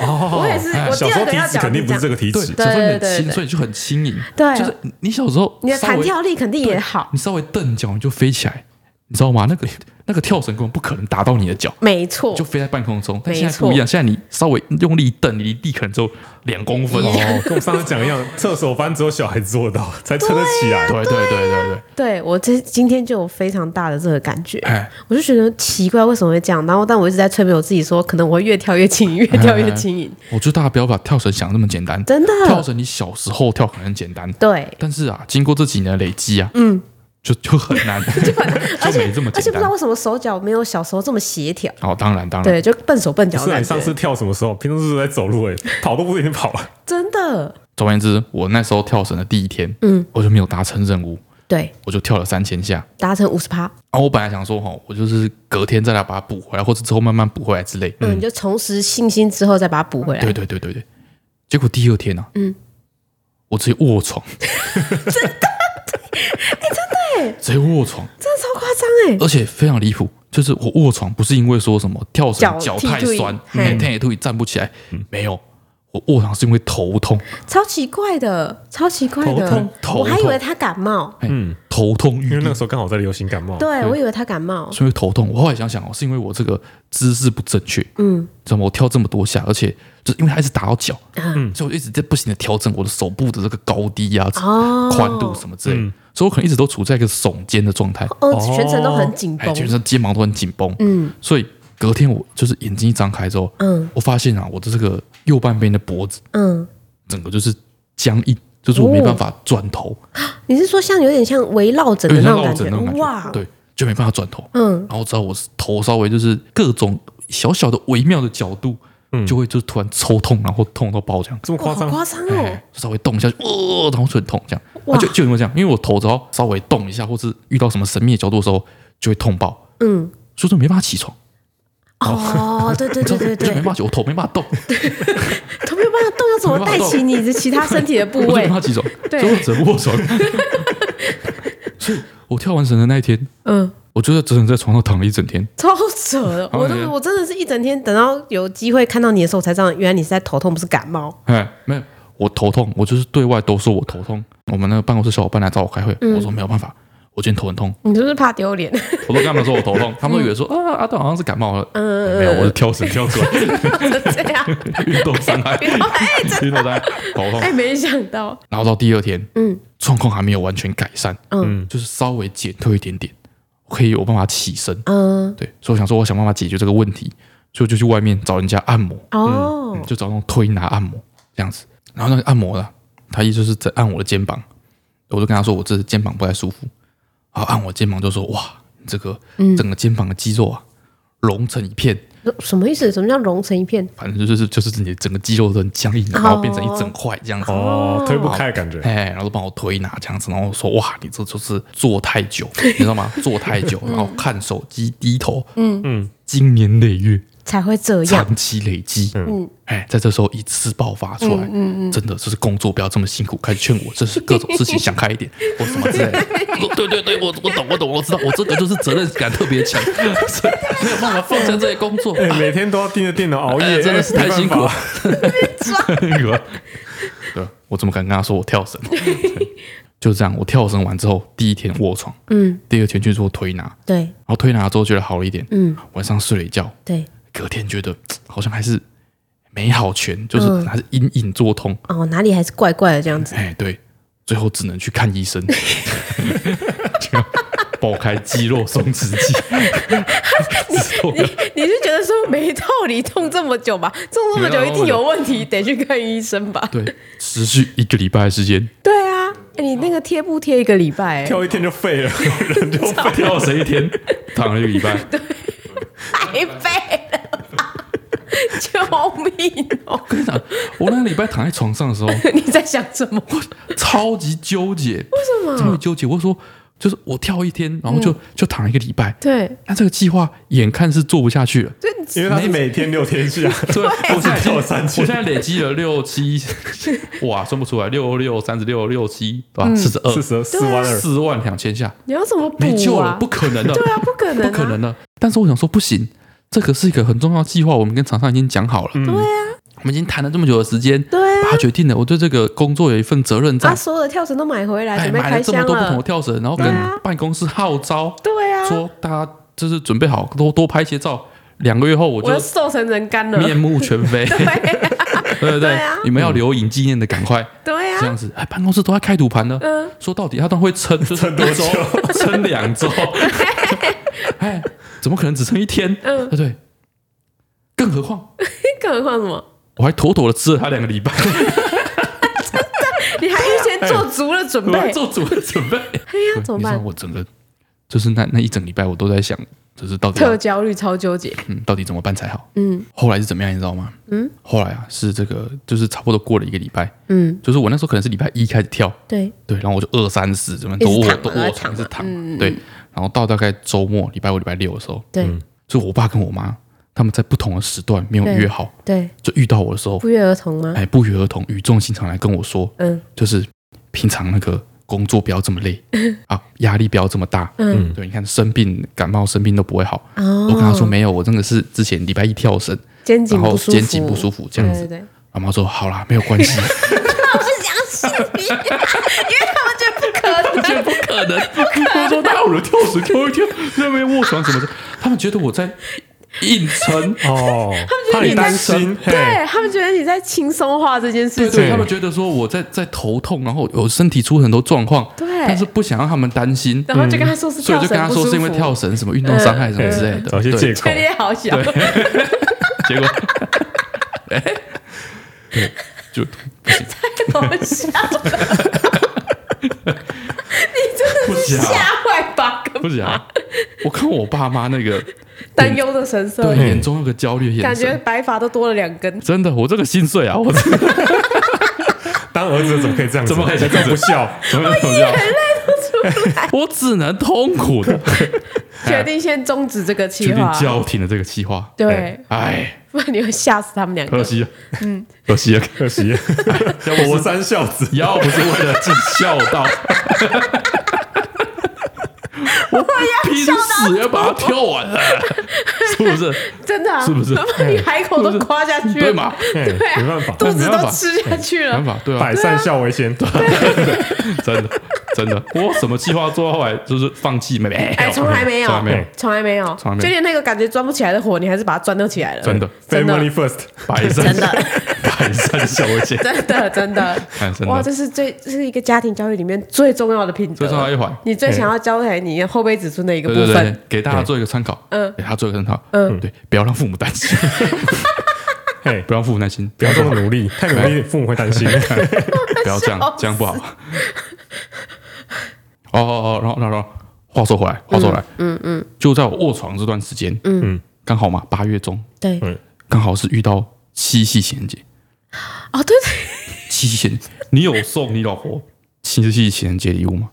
B: 哦
A: 好烦。我也是，我
C: 小
A: 第
C: 时
A: 二
C: 候
A: 个
C: 体
A: 要
C: 脂
A: 讲
C: 肯定
A: 你
C: 不
A: 讲
C: 是，这个体
B: 对，
C: 脂，
B: 小时候你
A: 对
B: 很
A: 对
B: 轻，
A: 对
B: 所以就很轻盈。
A: 对
B: 就是你小时候
A: 你的
B: 稍
A: 弹
B: 微
A: 跳力肯定也好
B: 你，稍微蹬脚你就飞起来，你知道吗？那个那个跳绳根本不可能打到你的脚。
A: 没错
B: 就，飞在半空中，但
A: 没
B: 现在不
A: 错
B: 一样。现在你稍微用力一蹬，你离地可能只有两公分。哦，
C: 跟我上次讲一样，厕所翻只有小孩做到，才撑得起来。
B: 对对对对对，
A: 对我这今天就有非常大的这个感觉，
B: 哎，
A: 我就觉得奇怪为什么会这样，然后但我一直在催眠我自己说，可能我会越跳越轻盈，越跳越轻盈，
B: 我觉得大家不要把跳绳想得那么简单。
A: 真
B: 跳
A: 的，
B: 绳你小时候跳可能很简单，
A: 对，
B: 但是啊，经过这几年的累积啊，嗯，就就很 难， 就
A: 而且
B: 没这么
A: 而且
B: 简
A: 不知道
B: 单。
A: 为什么手脚没有小时候这么协调，
B: 哦，当然当然，
A: 对，就笨手笨脚
C: 不
A: 的
C: 是啊
A: 感
C: 你上
A: 觉，
C: 次跳什么时候？平常是在走路哎，跑都不一定跑了。
A: 真的，
B: 总而言之，我那时候跳绳的第一天，
A: 嗯，
B: 我就没有达成任务，
A: 对，
B: 我就跳了三千下。
A: 达成五十趴，
B: 然后我本来想说，哈，我就是隔天再来把它补回来，或者之后慢慢补回来之类。
A: 嗯，你就重拾信心之后再把它补回来，
B: 对对对对对。结果第二天呢、啊，嗯，我直接卧床，真的，哎、真的，直接卧床，
A: 真的超夸张哎！
B: 而且非常离谱，就是我卧床不是因为说什么跳绳
A: 脚
B: 脚
A: 踢
B: 太
A: 腿
B: 酸，
A: 嘿
B: 每天也腿站不起来，
C: 嗯
B: 没有，我卧床是因为头痛，
A: 超奇怪的，超奇怪
B: 头
A: 的
B: 痛，头
A: 我还以
B: 痛
A: 为他感冒，
B: 嗯，头痛欲
C: 因为
B: 裂
C: 那，个时候刚好在流行感
B: 嗯
C: 冒，
A: 对我以为他感冒，
B: 是因为头痛。我后来想想哦，是因为我这个姿势不正确，嗯，怎么我跳这么多下，而且就是因为它一直打到脚，
A: 啊
B: 嗯，所以我一直在不停的调整我的手部的这个高低呀、
A: 哦
B: 宽度什么之类的，所以我可能一直都处在一个耸肩的状态，
A: 哦，全程都很紧
B: 哎，
A: 绷，
B: 全身肩膀都很紧绷，嗯，所以隔天我就是眼睛一张开之后，
A: 嗯
B: 我发现啊，我的这个右半边的脖子
A: 嗯，
B: 整个就是僵硬，就是我没
A: 哦
B: 办法转头，
A: 你是说像有点像围绕枕
B: 有
A: 的
B: 点
A: 那
B: 像
A: 种
B: 落
A: 感
B: 枕那种感觉，
A: 哇，
B: 对，就没办法转头，
A: 嗯，
B: 然后只要我头稍微就是各种小小的微妙的角度，就会就突然抽痛，然后痛到爆这样，
C: 这么
A: 哇，
C: 夸
A: 好
C: 张，
A: 夸张哦，
B: 就稍微动一下，哦，然后就很痛这样，
A: 哇
B: 啊就就因为这样，因为我头只要稍微动一下，或是遇到什么神秘的角度的时候，就会痛爆，
A: 嗯，
B: 所以说没办法起床，
A: 哦，对对对对
B: 就没
A: 对
B: 办，法起，我头没办法动，
A: 都没有办法动，要怎么带起你的其他身体的部
B: 我 就没
A: 位
B: 办？法起床，
A: 对
B: 所以我只能 卧床。所以我跳完绳的那一天，
A: 嗯，
B: 我就在整整在床上躺了一整天，
A: 超扯的，我都
B: 好你
A: 我真的是一整天等到有机会看到你的时候，我才知道原来你是在头痛，不是感冒。
B: 哎，没有，我头痛，我就是对外都说我头痛。我们那个办公室小伙伴来找我开会，
A: 嗯
B: 我说没有办法，我今天头很痛，
A: 你是不是怕丢 脸？
B: 我都跟他们说我 头痛，他们都以为说
A: 嗯
B: 啊，阿段好像是感冒了， 没有，我是跳绳跳出来，
A: 这
B: 啊
A: 样，
B: 运动 伤害，
A: 哎，真
B: 运动伤害，头 痛。
A: 哎，没想到，
B: 然后到第二天，
A: 嗯
B: 状况还没有完全改善，
A: 嗯
B: 嗯，就是稍微减退一点点，我可以有办法起身，
A: 嗯，
B: 对，所以我想说我想办法解决这个问题，所以我就去外面找人家按摩，
A: 哦，
B: 就找那种推拿按摩这样子。然后那个按摩的，他一就是在按我的肩膀，我就跟他说我这肩膀不太舒服，然后按我肩膀就说哇，你这个整个肩膀的肌肉啊融成一片，
A: 什么意思？什么叫融成一片？
B: 反正就是就是你整个肌肉都很僵硬，然后变成一整块这样子。
C: 哦，推不开的感觉，
B: 哎，然后就帮我推拿这样子，然后说哇，你这就是坐太久，你知道吗？坐太久，然后看手机低头，嗯嗯，经年累月，
A: 才会这样？
B: 长期累积，嗯，哎，在这时候一次爆发出来，嗯嗯，真的就是工作不要这么辛苦，开始劝我，这是各种事情想开 一点，或什么之类的。我说对对对，我我懂我懂，我知道，我这个就是责任感特别强， 所以没有办法放下这些工作。
C: 哎每天都要盯着电脑熬
B: 哎
C: 夜，
B: 真的是
C: 哎
B: 太辛苦，
C: 没
B: 了
C: 办法，
B: 太辛苦了。对，我怎么敢跟他说我跳绳？ 就这样，我跳绳完之后，第一天卧床，
A: 嗯，
B: 第二天去做推拿，然
A: 对
B: 后推拿之后觉得好了一点，嗯，晚上睡了一觉，
A: 对，
B: 隔天觉得好像还是没好全，就是还是隐隐作痛。
A: 哦，哪里还是怪怪的这样子？
B: 哎、对，最后只能去看医生，就爆开肌肉松弛剂。止痛药
A: 你是觉得说没道理痛这么久吧？痛这么久一定有问题，得去看医生吧？
B: 对，持续一个礼拜的时间，
A: 对啊，哎你那个贴布贴一个礼 拜，哎
C: 跳一天就废了， 人就废
B: 跳
C: 了，
B: 绳一天，躺了一个礼拜。
A: 白费了吧。救命哦！
B: 我那个礼拜躺在床上的时候，
A: 你在想什么？
B: 超级纠结。为什么？嗯超级纠结。我说，就是我跳一天，然后就、就躺了一个礼拜。
A: 对，
B: 那这个计划眼看是做不下去了。
C: 因为他是每天六天下，
B: 对，我现在
C: 跳三圈
B: 我现在累积了六七， 哇，算不出来，六六三十六六七，对
A: 嗯
B: 吧？四十二，
C: 四十四万二，
B: 四万两千下，
A: 你要怎么啊补啊？
B: 没救了，不可能的，
A: 对啊，不可能、啊，
B: 不可能的。但是我想说，不行，这可是一个很重要的计划，我们跟厂商已经讲好了，
C: 嗯
A: 对啊，
B: 我们已经谈了这么久的时间，
A: 对啊
B: 把它决定了。我对这个工作有一份责任
A: 他
B: 在，
A: 啊
B: 哎
A: 所有的跳绳都买回来，啊准备
B: 买
A: 开
B: 了这么
A: 箱
B: 多不同的
A: 了。
B: 跳绳，然后跟
A: 对啊
B: 办公室号召，
A: 对啊，
B: 说大家就是准备好，多多拍一些照。两个月后我
A: 我
B: 就
A: 要瘦成人干了。
B: 面目全非，
A: 对啊，
B: 对不
A: 对
B: 对
A: 啊？
B: 你们要留影纪念的，赶快。
A: 对
B: 这
A: 啊，嗯
B: 样子，哎，办公室都在开赌盘呢。说到底，他都会撑，就是撑多周， 撑 两周。哎，怎么可能只撑一天？嗯，对。更何况，
A: 更何况什么？
B: 我还妥妥的吃了他两个 礼拜，
A: 你还预先做足了准
B: 我还
A: 备。
B: 做足了准备。
A: 哎呀，怎么
B: 你知道
A: 办？
B: 我整个就是那那一整礼拜我都在想，就是到底要
A: 特焦虑，超纠结。
B: 嗯到底怎么办才好？嗯，后来是怎么样，你知道吗？嗯，后来啊是这个，就是差不多过了一个礼拜，
D: 嗯，
B: 就是我那时候可能是礼拜一开始跳，
D: 对，
B: 对，然后我就二三四怎么样
D: 一
B: 都
D: 直
B: 卧
D: 躺嘛
B: 都卧
D: 躺嗯
B: 床
D: 嘛
B: 是躺，对，然后到大概周末礼拜五礼拜六的时候，
D: 对，
B: 就我爸跟我妈他们在不同的时段没有
D: 对
B: 约好，
D: 对，
B: 就遇到我的时候，
D: 不约而同 吗？
B: 哎，不约而同语重心长来跟我说，
D: 嗯，
B: 就是平常那个工作不要这么累
D: 嗯
B: 啊，压力不要这么大，嗯，对，你看生病感冒生病都不会好。
D: 哦，
B: 我跟他说没有，我真的是之前礼拜一跳绳，
D: 肩颈
B: 然后
D: 不舒服，
B: 肩颈不舒服这样
A: 对对
B: 子。
A: 对，
B: 阿妈说好啦，没有关系，
D: 我不相信 你，因为他们觉得不可能。
B: 这不可能。我说哪有人跳绳跳一跳在那边卧床什么的？他们觉得我在硬撑，
C: 哦，
A: 他
C: 怕
A: 们觉得你
C: 你
A: 在
C: 担心，嘿，
A: 对他们觉得你在轻松化这件事
B: 嗯对
A: 情
B: 对，，他们觉得说我在在头痛，然后我身体出很多状况，
A: 对
B: 但是不想让他们担心，
A: 然后就跟他说是
B: 嗯所
A: 跳
B: 以我就跟
A: 绳
B: 他
A: 不
B: 说
A: 舒
B: 是因为
A: 服 嗯
B: 跳绳什么运动伤害什么之类的，
C: 找一些
B: 对
C: 哦借口
A: 确，定好小，
B: 结果，哎，对，就不行，
A: 好笑，
B: 啊不行啊，
A: 吓坏吧？
B: 不行啊！我看我爸妈那个
A: 担忧的神色
B: 对，眼中那个焦虑的 眼
A: 感觉
B: 神，
A: 白发都多了两根。
B: 真的，我这个心碎啊！我这个
C: 当儿子的怎么可以这样子？
B: 怎么可以这
C: 这
B: 样子
C: 样不孝？
B: 怎么怎么样？我只能痛苦的
A: 决定先终止这个计
B: 决定
A: 划，
B: 叫停了这个计划。
A: 对，
B: 哎，
A: 不然你会吓死他们两
B: 可
A: 个。
B: 惜了，嗯，可惜了，
C: 可惜，我三孝子，
B: 要不是为了尽孝 道，我拼死要把它跳完了，是不是？
A: 真的啊，
B: 是不是
A: 你海口都刮下去了，
B: 对嘛？
C: 嘿
A: 对啊，
C: 没办法
A: 肚子
B: 没办
A: 都
B: 法
A: 吃下去
B: 没
A: 了
B: 办。法，对啊，啊
C: 百善孝为先，
B: 真的真的，我什么计划做到后来就是放弃，没没，
A: 哎从来没有
B: 从来没有
C: 对，
A: 从来没有，
B: 从来没
A: 就
B: 有
A: 连那个感觉钻不起来的火，你还是把它钻得起来了。
B: 真的
A: 真的
C: family first，
B: 百善
D: 真的
B: 百善孝为
A: 真 的，真的
B: 哎真，的
A: 哇，这是最这是一个家庭教育里面最重要的品
B: 最
A: 德，
B: 重要一环，
A: 你最想要教给你后辈子孙的一个
B: 对
A: 部
B: 对对
A: 分。，
B: 给大家做一个参考，
A: 嗯
B: 给他做一个参考，嗯，对，不要让父母担心，
C: 嘿，
B: 不要让父母担心，不
C: 不要
B: 要
C: 这
B: 这
C: 么
B: 么
C: 努力，太努力父母会担心。
B: 不要这样，这样不好。哦哦哦，然后然后然后，话说回来，话说回来，嗯嗯，就在我卧床这段时间，嗯，刚好嘛，八月中，
D: 对，
C: 嗯
B: 刚好是遇到七夕情人节，
A: 哦，对对，
B: 七夕情人节，你有送你老婆七夕情人节礼物吗？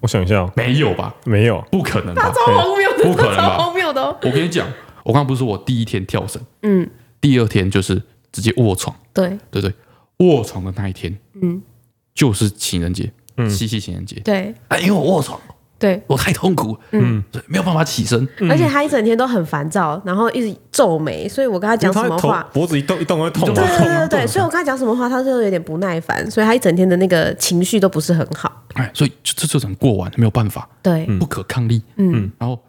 C: 我想一下哦，
B: 没有吧？
C: 没有，
B: 不可能吧？
A: 超荒谬
B: 不可
A: 的，
B: 能吧
A: 超荒谬的哦。
B: 我跟你讲，我刚刚不是说我第一天跳绳，嗯，第二天就是直接卧床，
D: 对，
B: 对不对？卧床的那一天，嗯，就是情人节，七夕情人节，
D: 对，
B: 啊，嗯因为我卧床，
D: 对，
B: 我太痛苦，嗯，所以没有办法起身，
D: 而且他一整天都很烦躁，然后一直皱眉，所以我跟他讲
C: 他
D: 什么
C: 头
D: 话，
C: 脖子一动一动会痛啊
D: 对
C: 嘛，
D: 对
B: 啊
D: 对对对，所以我跟他讲什么话，他就有点不耐烦，所以他一整天的那个情绪都不是很好。嗯
B: 哎，所以就这这场过完没有办法，
D: 对
B: 不可抗力，嗯，然后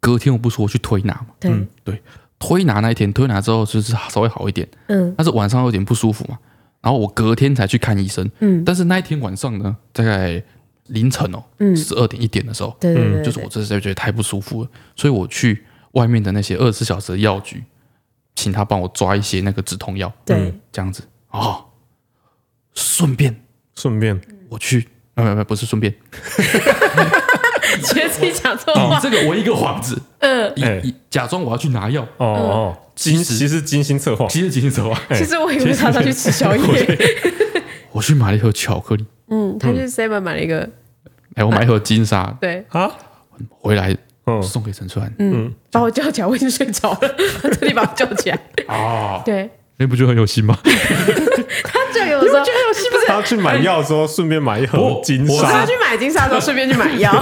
B: 隔天我不是说我去推拿嘛，
D: 对，
B: 对，推拿那一天推拿之后就是稍微好一点，
D: 嗯，
B: 但是晚上有点不舒服嘛，然后我隔天才去看医生，嗯，但是那一天晚上呢，大概凌晨哦，嗯，十二点一点的时候，
D: 对对对
B: 就是我真的是觉得太不舒服了，所以我去外面的那些二十四小时的药局，请他帮我抓一些那个止痛药，
D: 对，
B: 这样子哦，顺便
C: 顺便
B: 我去，没有没有没有不是顺便，
A: 觉得自己讲错话
D: 哦
B: 以，哦这个为一个幌子，嗯，
C: 哎
B: 以以假装我要去拿药，
C: 哦
B: 嗯
C: 哦，精
B: 其实
C: 其实精心策划，
B: 其实其实走啊，
A: 其实我以为他他去 吃 宵 夜，
B: 我去买了一盒巧克力，
A: 嗯，他去 Seven 买了一个，
B: 哎，我买一盒金沙
A: 对，
C: 啊，
B: 回来
C: 嗯
B: 送给陈川，
E: 嗯
A: 把我叫起来，我已经睡着 了，他特地把我叫起来，
B: 哦，
A: 对，
B: 那不就很有心吗？
A: 他就有时候
C: 他去买药的时候顺便买一盒
B: 我
C: 金
B: 我
C: 沙
A: 他去，买金沙之后顺便去买 药，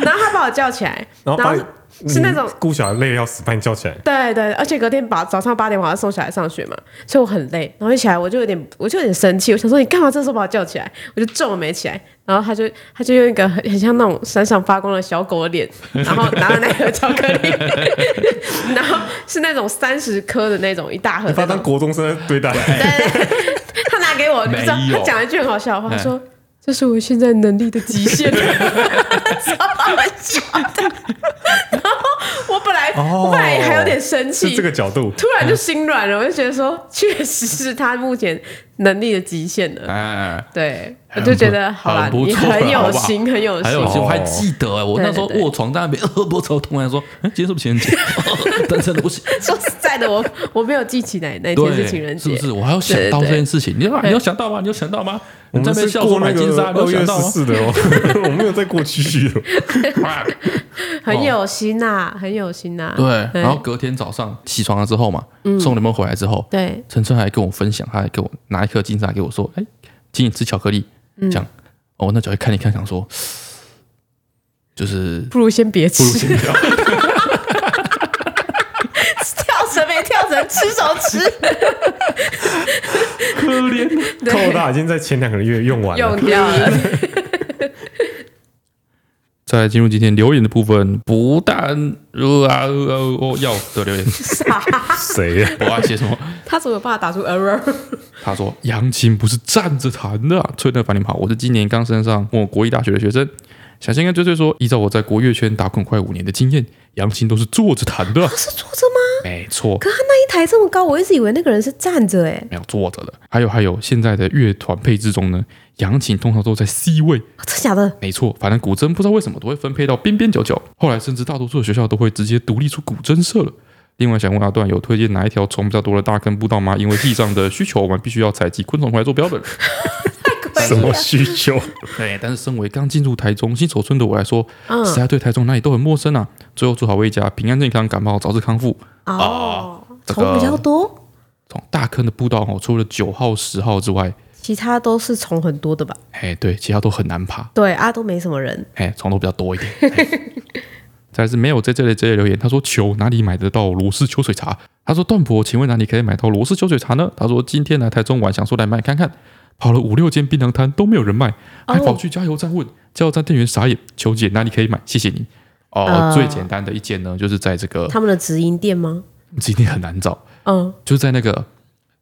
A: 然后他把我叫起来，
C: 然后
A: 然
C: 把
A: 后
C: 你
A: 是是那种
C: 你顾小孩累得要死，把你叫 起来，
A: 对对，而且隔天把早上八点我要送小孩上学嘛，所以我很累，然后一起来我就有点我就有点生气，我想说你干嘛这时候把我叫起来？我就皱眉起来，然后他就他就用一个很很像那种闪闪发光的小狗的脸，然后拿了那盒巧克力，然后是那种三十颗的那种一大盒
C: 你
A: 那
C: 把他
A: 种
C: 当，国中生在对待，
A: 哎他拿给我，你知道
B: 没有
A: 他讲一句很好笑的话，他说。这是我现在能力的极限，超好笑的。然后我本来、我本来还有点生气，
C: 是这个角度，
A: 突然就心软了，我就觉得说，确实是他目前
E: 能力的极限了。
C: 哎，
E: 对，我就觉得好啦，
B: 很不
E: 你
B: 错
E: 很有
B: 好不好
E: 心，很有
B: 还
E: 心
B: 有，。我还
C: 哦
B: 记得哎，我那时候
E: 对对对
B: 卧床在那边，呃，脖子好痛，还说，哎，今天是不是情人节？ 但真的不行，
E: 说实在的，我我没有记起哪哪一天
B: 对，
E: 是情人
B: 是
E: 节，
B: 不是？我还要想到这件事情，你要你有想到吗？你有想到吗？
C: 我
B: 你在那
C: 们
B: 边
C: 是
B: 笑
C: 过
B: 说
C: 那
B: 买金
C: 个
B: 沙，你有
C: 二月
B: 想到啊
C: 十
B: 吗？
C: 四的哦， 我们没有在过七夕的。
E: 很有心呐、很有心啊呐、
B: 哦对，然后隔天早上起床了之后嘛，送你们回来之后，
E: 对，
B: 晨晨还跟我分享，他还给我拿一颗金沙给我说，哎，请你吃巧克力，这样，哦，我那脚一看一看，想说，就是
E: 不如先别吃
B: 不，如先不 要。
E: 跳绳没跳绳，吃手 吃
B: 可怜。
C: 扣大已经在前两个月
B: 哎
C: 用完
E: 用，
C: 了
E: 掉了。
B: 再进入今天留言的部分，不但呃啊呃啊哦要的留言，
C: 谁啊呀？
B: 我还写什么？
E: 他怎么有办法打出 error？
B: 他说：“扬琴不是站着弹的、啊。”崔德凡，你们好，我是今年刚升上某国一大学的学生。想先跟追追说，依照我在国乐圈打滚快五年的经验，扬琴都是坐着弹的啊、
A: 是坐着吗？
B: 没错，
A: 可他那一台这么高，我一直以为那个人是站着哎、
B: 没有坐着的。还有还有，现在的乐团配置中呢，扬琴通常都在 C 位，
E: 哦
A: 啊真假的？
B: 没错，反正古筝不知道为什么都会分配到边边角角，后来甚至大多数的学校都会直接独立出古筝社了。另外，想问阿段有推荐哪一条虫比较多的大坑步道吗？因为地上的需求，我们必须要采集昆虫回来做标本。
C: 什么需求？
B: 对，但是身为刚进入台中新手村的我来说，实在对台中哪里都很陌生啊。最后祝好魏家平安健康，感冒早日康复。
A: 哦，
B: 啊这
A: 虫比较
B: 个
A: 多，
B: 从大坑的步道哦，除了九号、十号之外，
A: 其他都是虫很多的吧？
B: 哎，对，其他都很难爬。
A: 对啊，都没什么人。
B: 哎，床头比较多一点。 哎再来是没有在这里这类留言，他说球哪里买得到罗氏秋水茶？他说段博，请问哪里可以买到罗氏秋水茶呢？他说今天来台中玩，想说来买看看，跑了五六间槟榔摊都没有人卖，
E: 哦
A: 哦
B: 还跑去加油站问，加油站店员傻眼，求姐哪里可以买？谢谢你。哦，
A: 呃
B: 最简单的一间呢，就是在这个
A: 他们的直营店吗？
B: 今天很难找，
E: 嗯，
B: 就是在那个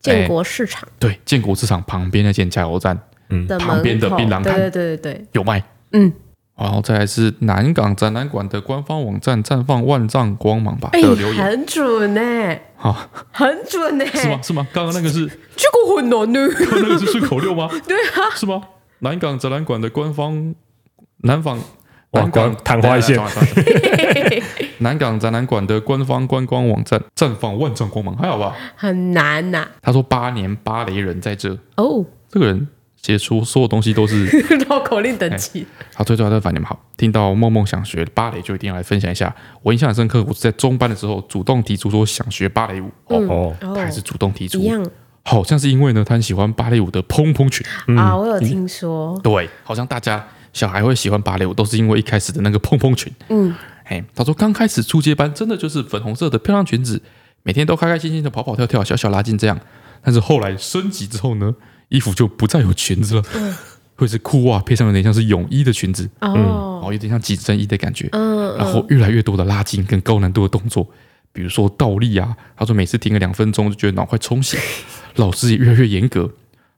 B: 哎
A: 建国市场
B: 对建国市场旁边那间加油站
A: 的
B: 嗯旁边的
A: 门口
B: 槟榔
E: 对
B: 摊
E: 对对对对，
B: 有卖。
E: 嗯，
B: 然后再来是南港展览馆的官方网站绽放万丈光芒吧
E: 哎、
B: 的留言，
E: 很准呢、
B: 好、
E: 很准呢、
B: 是吗？是吗？刚刚那个是
E: 这个很难呢。
B: 刚刚那个是顺口溜吗？对啊，是吗？南港展览馆的官方南方
C: 哇
B: 南港
C: 光昙花一现，
B: 对对对 南港展览馆的官方观光网站绽放万丈光芒，还好吧？
E: 很难呐、
B: 他说八年芭蕾人在这，
E: 哦，
B: 这个人写出所有东西都是
E: 绕口令等级，
B: 好，最最后的反你们好，听到梦梦想学芭蕾，就一定要来分享一下。我印象很深刻，我是在中班的时候主动提出说想学芭蕾舞，哦，
A: 嗯
C: 哦，
E: 哦
B: 他还是主动提出
A: 一，样
B: 好像是因为呢，他很喜欢芭蕾舞的蓬蓬裙，
E: 啊，我有听说，
B: 对，好像大家小孩会喜欢芭蕾舞，都是因为一开始的那个蓬蓬裙，
A: 嗯，
B: 哎，他说刚开始初阶班真的就是粉红色的漂亮裙子，每天都开开心心的跑跑跳跳，小小拉筋这样。但是后来升级之后呢，衣服就不再有裙子了，会是裤袜配上有点像是泳衣的裙子，然
E: 哦，
B: 后有点像紧身衣的感觉，
E: 嗯
B: 然后越来越多的拉筋跟高难度的动作，比如说倒立啊。他说每次停个两分钟就觉得脑快充血，老师也越来越严格。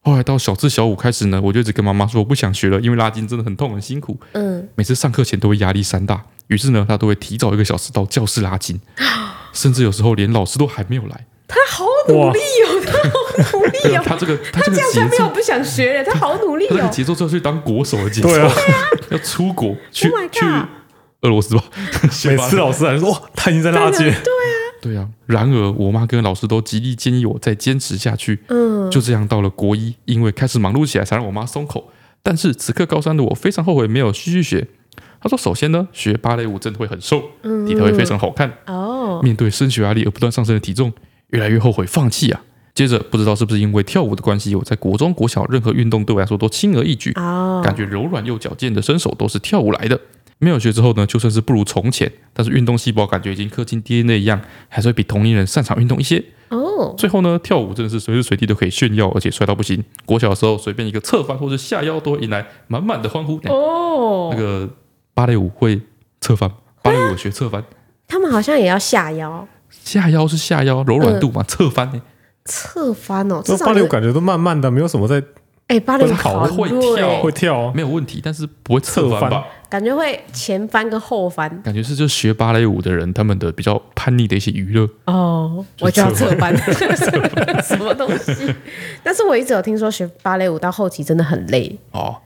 B: 后来到小四、小五开始呢，我就一直跟妈妈说我不想学了，因为拉筋真的很痛很辛苦。
A: 嗯，
B: 每次上课前都会压力山大，于是呢，他都会提早一个小时到教室拉筋，甚至有时候连老师都还没有来。啊
E: 他好努力哦，他好努
A: 哎
E: 力哦，
B: 他这个他这
E: 这
B: 个
E: 样
B: 节
E: 才没有
B: 奏，
E: 不想学了，他好努力
B: 他这个
E: 哦。
B: 节奏就要去当国手的节奏，
C: 对啊，
B: 要出国去
A: Oh my god
B: 去俄罗斯吧，
C: 每
B: 学芭蕾
C: 次老师还说哇，他已经在拉筋，
B: 对啊，然而我妈跟老师都极力建议我再坚持下去。
A: 嗯，
B: 就这样到了国一，因为开始忙碌起来，才让我妈松口。但是此刻高三的我非常后悔没有继续学。她说：“首先呢，学芭蕾舞真的会很瘦，体态会非常好看。
E: 哦，
B: 面对升学压力而不断上升的体重，越来越后悔放弃啊。”接着不知道是不是因为跳舞的关系，我在国中、国小任何运动对我来说都轻而易举。
A: 嗯
E: 哦，
B: 感觉柔软又矫健的身手都是跳舞来的。没有学之后呢，就算是不如从前，但是运动细胞感觉已经刻进 DNA 一样，还是会比同龄人擅长运动一些。
E: 哦，
B: 最后呢，跳舞真的是随时随地都可以炫耀，而且帅到不行。国小的时候，随便一个侧翻或者下腰都会引来满满的欢呼。
E: 哦
B: 那，个芭蕾舞会侧翻，芭蕾舞有学侧翻，
A: 他们好像也要下腰
B: 下腰是下腰，柔软度嘛，侧翻呢、
A: 侧翻哦，至
C: 这
A: 少
C: 芭蕾
A: 有
C: 舞感觉都慢慢的，没有什么在
A: 哎、八点
C: 奔跑
A: 好
B: 会
A: 弱
B: 跳
A: 欸
C: 会跳啊
B: 没有问题，但是不会侧翻
C: 侧
B: 吧
C: 翻？
A: 感觉会前翻跟后翻
B: 感觉是就学芭蕾舞的人他们的比较叛逆的一些娱乐，
A: 哦，我就要侧翻， 什么东西？但是我一直有听说学芭蕾舞到后期真的很累，
B: 哦，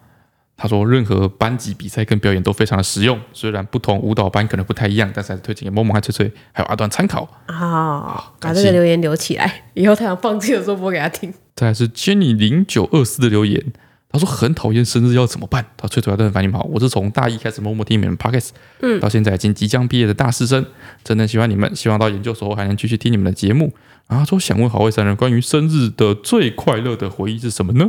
B: 他说任何班级比赛跟表演都非常的实用，虽然不同舞蹈班可能不太一样，但是还是推荐给萌萌和翠翠还有阿段参考。
A: 啊、把
B: 感
A: 这
B: 谢
A: 个留言留起来，以后他想放弃的时候播给他听。
B: 再来是 Jenny 零九二四的留言，他说很讨厌生日要怎么办？他翠翠阿段反应好，我是从大一开始默默听你们 podcast，嗯，到现在已经即将毕业的大四生，真的喜欢你们，希望到研究所后还能继续听你们的节目。然后他说想问好味三人关于生日的最快乐的回忆是什么呢？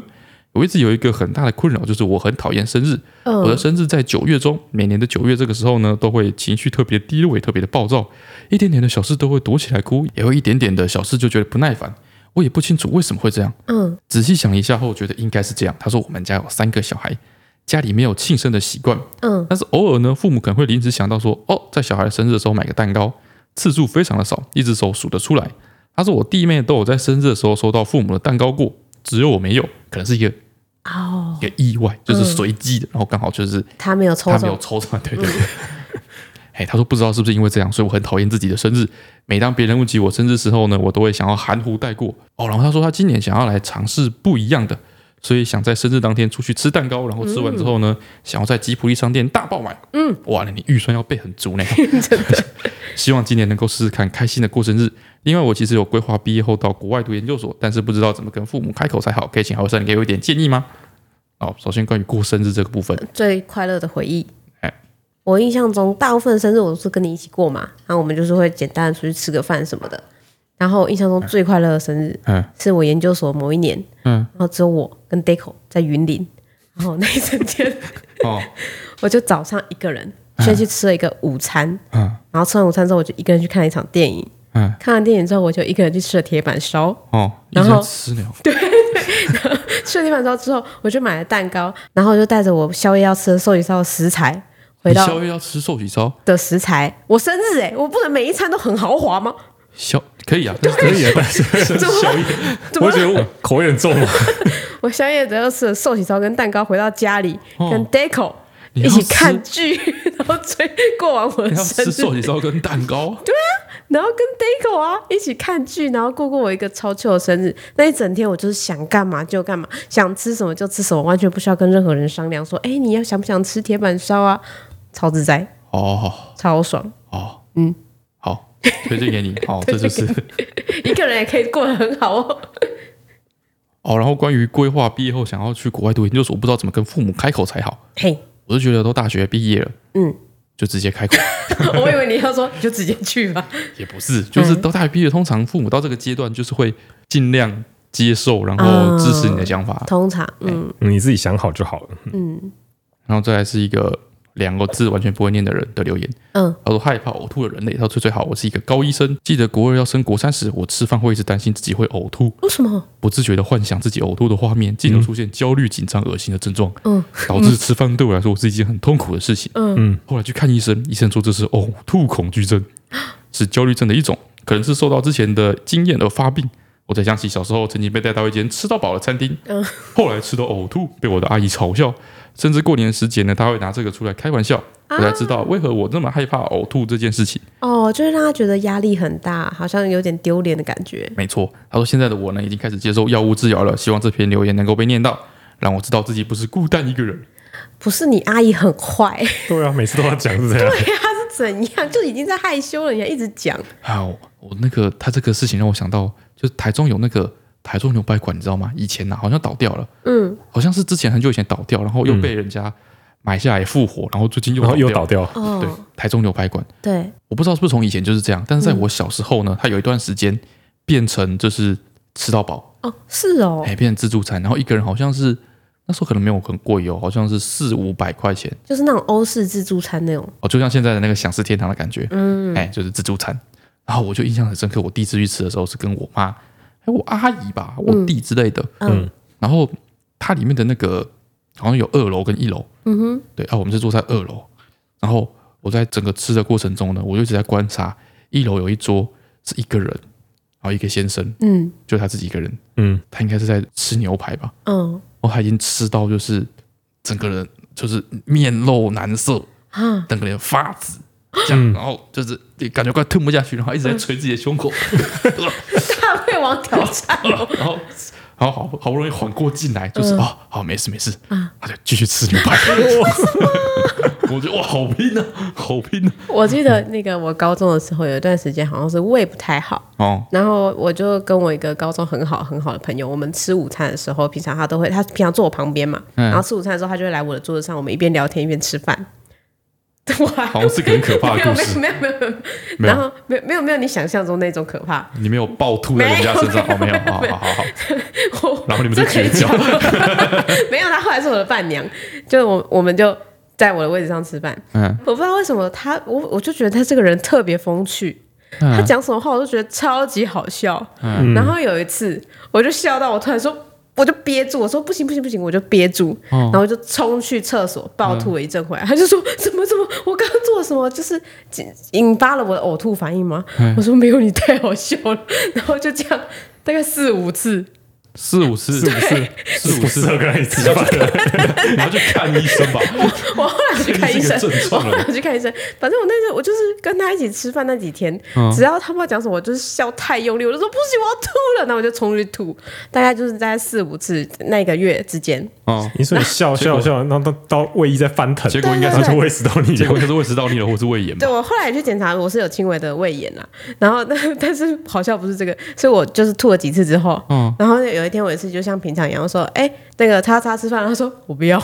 B: 我一直有一个很大的困扰，就是我很讨厌生日，我的生日在九月中，每年的九月这个时候呢，都会情绪特别低落，也特别的暴躁，一点点的小事都会躲起来哭，也会一点点的小事就觉得不耐烦。我也不清楚为什么会这样。
A: 嗯，
B: 仔细想一下后，觉得应该是这样。他说我们家有三个小孩，家里没有庆生的习惯。
A: 嗯，
B: 但是偶尔呢，父母可能会临时想到说，哦，在小孩生日的时候买个蛋糕，次数非常的少，一只手数得出来。他说我弟妹都有在生日的时候收到父母的蛋糕过，只有我没有，可能是一个
A: 哦，
B: 一个意外，就是随机的，然后刚好就是
A: 他没有抽
B: 他没有
A: 中，嗯
B: 抽上， 对对对。哎，他说不知道是不是因为这样，所以我很讨厌自己的生日。每当别人问起我生日时候呢，我都会想要含糊带过。哦，然后他说他今年想要来尝试不一样的，所以想在生日当天出去吃蛋糕，然后吃完之后
A: 嗯
B: 呢，想要在吉普力商店大爆买。嗯，哇，那你预算要备很 足呢。 希望今年能够试试看，开心的过生日。另外，我其实有规划毕业后到国外读研究所，但是不知道怎么跟父母开口才好，可以请好生给我一点建议吗？哦，首先关于过生日这个部分，
A: 最快乐的回忆
B: 哎。
A: 我印象中，大部分生日我都是跟你一起过嘛，然后我们就是会简单的出去吃个饭什么的。然后我印象中最快乐的生日
B: 嗯
A: 是我研究所某一年，
B: 嗯，
A: 然后只有我跟 Deco 在云林，然后那一瞬间
B: 哦，
A: 我就早上一个人先去吃了一个午餐，
B: 嗯。
A: 然后吃完午餐之后我就一个人去看了一场电影，
B: 嗯
A: 看完电影之后我就一个人去吃了铁板烧，
B: 哦，一
A: 然
B: 直在
A: 后
B: 吃呢。
A: 吃了铁板烧之后我就买了蛋糕，然后我就带着我宵夜要吃的寿喜烧的食材回
B: 你
A: 到
B: 哎宵夜要吃寿喜烧，
A: 的食材，我生日哎、我不能每一餐都很豪华吗？
B: 宵可 以啊，但是可
C: 可以啊，但是 小一，
A: 怎么
C: 我
A: 了
C: 觉得我口味很重啊。
A: 我宵夜只要吃了寿喜烧跟蛋糕，回到家里、
B: 哦
A: 跟 Deco
B: 你
A: 一
B: 要
A: 起
B: 吃
A: 看剧， 然后追过完我的
B: 要
A: 生
B: 吃寿
A: 日，
B: 喜烧跟蛋 糕，啊
A: 然后跟 Deco 啊一起看剧，然后过过我一个超秋的生日。那一整天我就是想干嘛就干嘛，想吃什么就吃什么，完全不需要跟任何人商量说，哎、你要想不想吃铁板烧啊？超自在，
B: 哦
A: 超爽，
B: 哦，嗯，好，推荐给 你，好，这就是
A: 一个人也可以过得很好哦。
B: 哦。然后关于规划毕业后想要去国外读研究所，我不知道怎么跟父母开口才好。
A: 嘿，
B: 我就觉得都大学毕业了，
A: 嗯，
B: 就直接开口
A: 我以为你要说你就直接去 吧。
B: 也不是，就是都大学毕业，通常父母到这个阶段就是会尽量接受，然后
A: 哦
B: 支持你的想法。
A: 通常，嗯，
C: 你自己想好就好了。
B: 然后再来是一个两个字完全不会念的人的留言，
A: 嗯，
B: 他说害怕呕吐的人类，他说最最好，我是一个高医生，记得国二要升国三时，我吃饭会一直担心自己会呕吐，
A: 为什么？
B: 不自觉的幻想自己呕吐的画面，进而出现焦虑、紧张、恶心的症状，
A: 嗯，
B: 导致吃饭对我来说是一件很痛苦的事情，
A: 嗯
B: 嗯，后来去看医生，医生说这是呕吐恐惧症，是焦虑症的一种，可能是受到之前的经验而发病。我才想起小时候曾经被带到一间吃到饱的餐厅，后来吃到呕吐，被我的阿姨嘲笑，甚至过年时节呢，她会拿这个出来开玩笑，我才知道为何我那么害怕呕吐这件事情。
A: 哦，就是让他觉得压力很大，好像有点丢脸的感觉。
B: 没错，他说现在的我呢，已经开始接受药物治疗了，希望这篇留言能够被念到，让我知道自己不是孤单一个人。
A: 不是你阿姨很 坏，
C: 对啊，每次都要讲是这样。
A: 她是怎样？就已经在害羞了，你还一直讲。
B: 好，我那个他这个事情让我想到，就是台中有那个台中牛排馆，你知道吗？以前呢、啊好像倒掉了，
A: 嗯，
B: 好像是之前很久以前倒掉，然后又被人家买下来复活，然后最近又
C: 然后又
B: 掉
C: 倒
B: 了。
C: 掉，
B: 对
A: 哦，，
B: 台中牛排馆，
A: 对，
B: 我不知道是不是从以前就是这样，但是在我小时候呢，它有一段时间变成就是吃到饱，
A: 哦，是哦
B: 哎、，变成自助餐，然后一个人好像是那时候可能没有很贵哦，好像是四五百块钱
A: 就是那种欧式自助餐那种。
B: 哦，就像现在的那个享食天堂的感觉，嗯，哎、就是自助餐。然后我就印象很深刻，我第一次去吃的时候是跟我妈，还有我阿姨吧，我弟之类的，
A: 嗯
B: 然后它里面的那个好像有二楼跟一楼，嗯哼，对啊，我们是坐在二楼，然后我在整个吃的过程中呢，我就一直在观察，一楼有一桌是一个人，然后一个先生，
A: 嗯
B: 就他自己一个人，
C: 嗯，
B: 他应该是在吃牛排吧，
A: 嗯，
B: 我还已经吃到就是整个人就是面露难色，
A: 啊，
B: 整个人发紫。这样，然后就是感觉快吞不下去，然后一直在捶自己的胸 口，
A: 大胃王挑战哦，
B: 然后，然后好好不容易缓过劲来，就是啊、哦，好，没事没事，他就继续吃牛 排。我觉得哇，好拼啊，好拼啊！
A: 我记得那个我高中的时候有一段时间好像是胃不太好，
B: 哦，
A: 然后我就跟我一个高中很好很好的朋友，我们吃午餐的时候，平常他都会，他平常坐我旁边嘛，
B: 嗯
A: 然后吃午餐的时候，他就会来我的桌子上，我们一边聊天一边吃饭。哇，
B: 好像是个很可怕的故事
A: 没有没有没有
B: 没
A: 没有，
B: 有
A: 然后没有没有没有你想象中那种可怕，
B: 你没有暴吐在人家身上，哦，没有，好好好好，
A: 我
B: 然后你们就
A: 这可以
B: 绝交
A: 讲， 没有，她后来是我的伴娘，就我我们就在我的位置上吃饭。
B: 嗯，
A: 我不知道为什么他，我我就觉得他这个人特别风趣，
B: 嗯
A: 他讲什么话我都觉得超级好笑。然后有一次我就笑到我突然说。我就憋住，我说不行不行不行，我就憋住，
B: 哦
A: 然后我就冲去厕所暴吐了一阵回来。他就说怎么怎么，我刚刚做了什么，就是引引发了我的呕吐反应吗？
B: 嗯
A: 我说没有，你太好笑了。然后就这样大概四五次，
B: 四五次，四五次，四五
C: 适
B: 次，
C: 合跟他一起吃饭。
B: 你要去看医生吧。
A: 我后来去看医生
B: 你是一个正，
A: 我
B: 常
A: 后
B: 人
A: 来去看医生。反正我那时候我就是跟他一起吃饭那几天，
B: 嗯
A: 只要他不知道讲什么，我就是笑太用力，我就说不行，我要吐了，那我就冲出去吐，大概就是在四五次那个月之间。
B: 哦，
C: 你说你笑笑笑，然后到到卫衣在翻腾，
B: 结果应该
C: 然后
B: 是，
C: 就胃食道逆
B: 结
C: 流
B: 果。应该是胃食道逆流或是胃炎吧
A: 对。我后来也去检查，我是有轻微的胃炎啦。然后但但是好笑不是这个，所以我就是吐了几次之后，
B: 嗯
A: 然后有一天我也是就像平常一样我说，哎、那个叉叉吃饭，他说我不 要，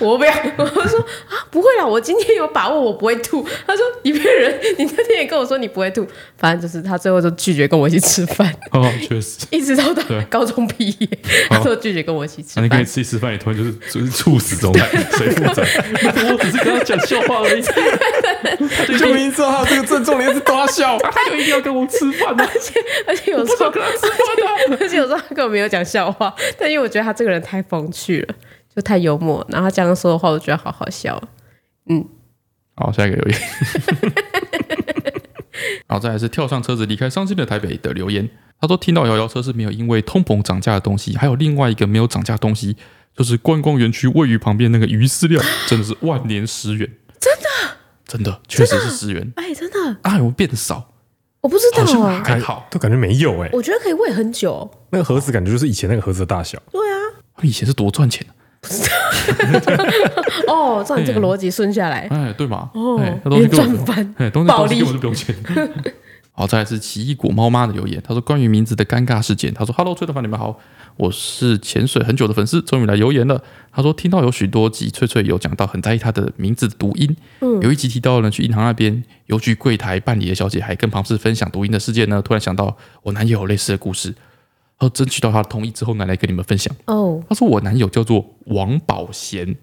A: 我不要，我说啊不会啦，我今天有把握我不会吐。他说你骗人，你那天也跟我说你不会吐，反正就是他最后就拒绝跟我一起吃饭，
B: 哦，确实。
A: 一直到他
B: 对
A: 高中毕业，他都拒绝跟我一起吃饭。
B: 那啊你可以吃一吃饭，你突然就是就是猝死状态，谁负 责？我只是跟他讲笑话而已，
C: 你就明知道他这个症状，你一直逗他笑。
B: 他就一定要跟我吃饭啊呢。
A: 而且 有时候，而且而且 有时候他根本没有讲笑话，但因为我觉得他这个人太风趣了，就太幽默，然后他这样说的话，我觉得好好笑。
B: 好，下一个留言。 好，再来是跳上车子离开伤心的台北的留言。他说听到摇摇车是没有因为通膨涨价的东西，还有另外一个没有涨价的东西，就是观光园区位于旁边那个鱼饲料，真的是万年十元，真的，真的确实是十元。
A: 哎、真的，
B: 啊，有变少，
A: 我不知
B: 好
A: 道
B: 像
A: 啊，
B: 还好。
C: 都感觉没有哎、
A: 我觉得可以喂很久。
C: 那个盒子感觉就是以前那个盒子的大小，
A: 对啊，
B: 他以前是多赚钱啊
A: 哦，照你这个逻辑顺下来，
B: 哎，对嘛？
A: 哦
B: 哎，那东西
A: 连
B: 给
A: 赚
B: 我，
A: 翻，
B: 哎，东西
A: 暴
B: 东西
A: 利
B: 给我就不用钱。 好，再来是奇异果猫妈的留言，他说关于名字的尴尬事件，他说：“Hello，崔德凡，你们好，我是潜水很久的粉丝，终于来留言了。”他说听到有许多集翠翠有讲到很在意她的名字的读音，
A: 嗯
B: 有一集提到呢去银行那边邮局柜台办理的小姐还跟旁氏分享读音的事件呢，突然想到我男友有类似的故事，然后争取到他的同意之后呢来跟你们分享。
A: 哦，
B: 他说我男友叫做王宝贤，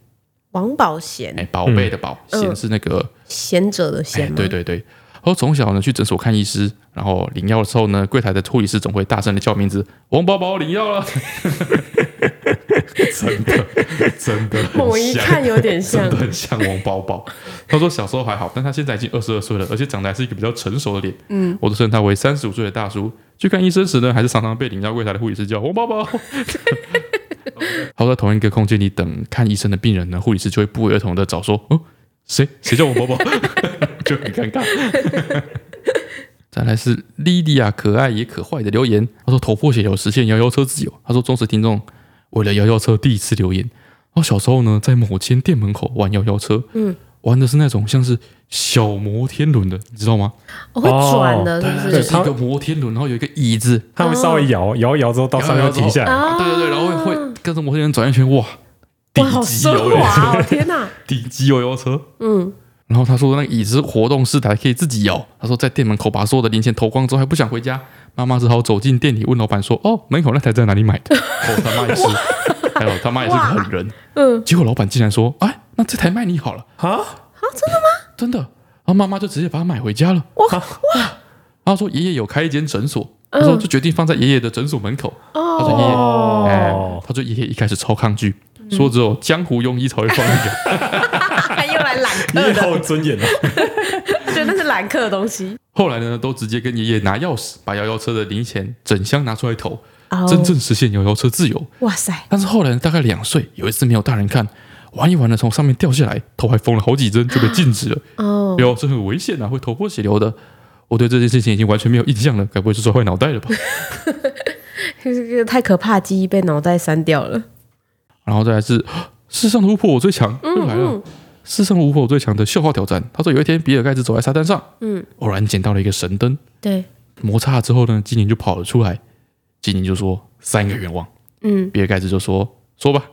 A: 王宝贤
B: 哎，，宝贝的宝，
A: 嗯
B: 贤是那个。
A: 贤者的
B: 哎
A: 贤、吗？
B: 对对对。然后从小呢去诊所看医师，然后领药的时候呢，柜台的护理师总会大声的叫名字：“王宝宝领 药了。” 真的，真的很像，
A: 猛一看有点像
B: 真的很像王宝宝。他说小时候还好，但他现在已经二十二岁了，而且长得还是一个比较成熟的脸。嗯，我都称他为三十五岁的大叔。去看医生时呢，还是常常被领药柜台的护理师叫王宝 宝。好，在同一个空间里等看医生的病人呢，护理师就会不约而同的找说：“哦，谁谁叫我宝宝？” 就很尴尬。再来是莉莉亚可爱也可坏的留言，她说头破血流实现摇摇车自由。她说忠实听众为了摇摇车第一次留言。我小时候呢，在某间店门口玩摇摇车，嗯，玩的是那种像是小摩天轮的，你知道吗？
A: 哦会转的，
C: 哦
A: 是不？
B: 就是是一个摩天轮，然后有一个椅子，
C: 它会稍微摇摇哦一摇之后到上面会停下来，
A: 啊
B: 对对对，然后会会跟着摩天轮转一圈，哇，顶
A: 哇，好
B: 级
A: 升
B: 摇摇车，
A: 华哦！天哪，
B: 顶级摇摇车。
A: 嗯，
B: 然后他说那个椅子是活动式的，还可以自己摇。他说在店门口把所有的零钱投光之后还不想回家，妈妈只好走进店里问老板说：“哦，门口那台在哪 里买的？”哦，他妈也是， 还有他妈也是个狠人。
A: 嗯，
B: 结果老板竟然说：“哎，那这台卖你好了。
C: 啊，”
B: 真的，然后妈妈就直接把它买回家了。哇然后说爷爷有开一间诊所，他说就决定放在爷爷的诊所门口。他说爷爷哎
C: 哦，，
B: 他说爷爷一开始超抗拒，说只有江湖庸医才会放那个。
A: 又 来揽
C: 你
A: 客
C: 也好
A: 的，
C: 有尊严啊，
A: 我觉得那是揽客的东西。
B: 后来呢，都直接跟爷爷拿钥匙，把摇摇车的零钱整箱拿出来投。
A: 哦
B: 真正实现摇摇车自由。
A: 哇塞，
B: 但是后来大概两岁，有一次没有大人看，玩一玩呢，从上面掉下来，头还缝了好几针，就被禁止了。
E: 哦，
B: 哟，这很危险啊，会头破血流的。我对这件事情已经完全没有印象了，该不会是摔坏脑袋了吧？
E: 这个太可怕，记忆被脑袋删掉了。
B: 然后再来是啊世上的巫婆我最强，又来了。世上巫婆我最强的笑话挑战。他说有一天，比尔盖茨走在沙滩上，嗯，偶然捡到了一个神灯，
E: 对，
B: 摩擦了之后呢，精灵就跑了出来。精灵就说三个愿望，
E: 嗯，
B: 比尔盖茨就说说吧，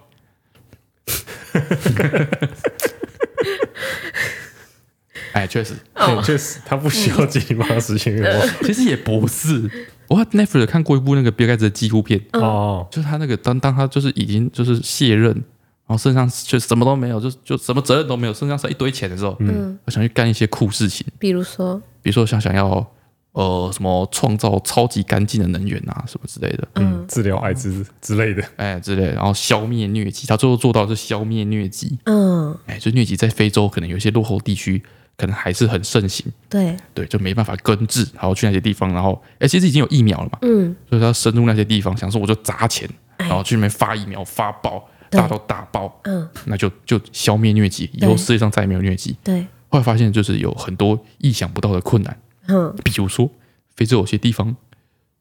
B: 哎，确实，
C: 对 确实他不需要精灵帮他实 现愿望
B: 其实也不是。我 Netflix 有看过一部那个比尔盖茨的纪录片，
C: 哦，
B: 就是他那个当当他就是已经就是卸任，然后身上就什么都没有，就就什么责任都没有，身上是一堆钱的时候，嗯，我想去干一些酷事情，
E: 比如说，
B: 比如说想想要呃什么创造超级干净的能源啊什么之类的，
C: 嗯，治疗艾滋之 类的，
B: 哎之类的，然后消灭疟疾，他最后做到的是消灭疟疾，
E: 嗯，
B: 哎，就疟疾在非洲可能有一些落后地区可能还是很盛行，
E: 对，
B: 对，就没办法根治，然后去那些地方，然后哎、其实已经有疫苗了嘛，
E: 嗯，
B: 所以他深入那些地方，哎想说我就砸钱，然后去那边发疫苗发爆，
E: 对
B: 大到大爆，
E: 嗯，
B: 那就就消灭疟疾，以后世界上再也没有疟疾。
E: 对，
B: 后来发现就是有很多意想不到的困难，
E: 嗯，
B: 比如说非洲有些地方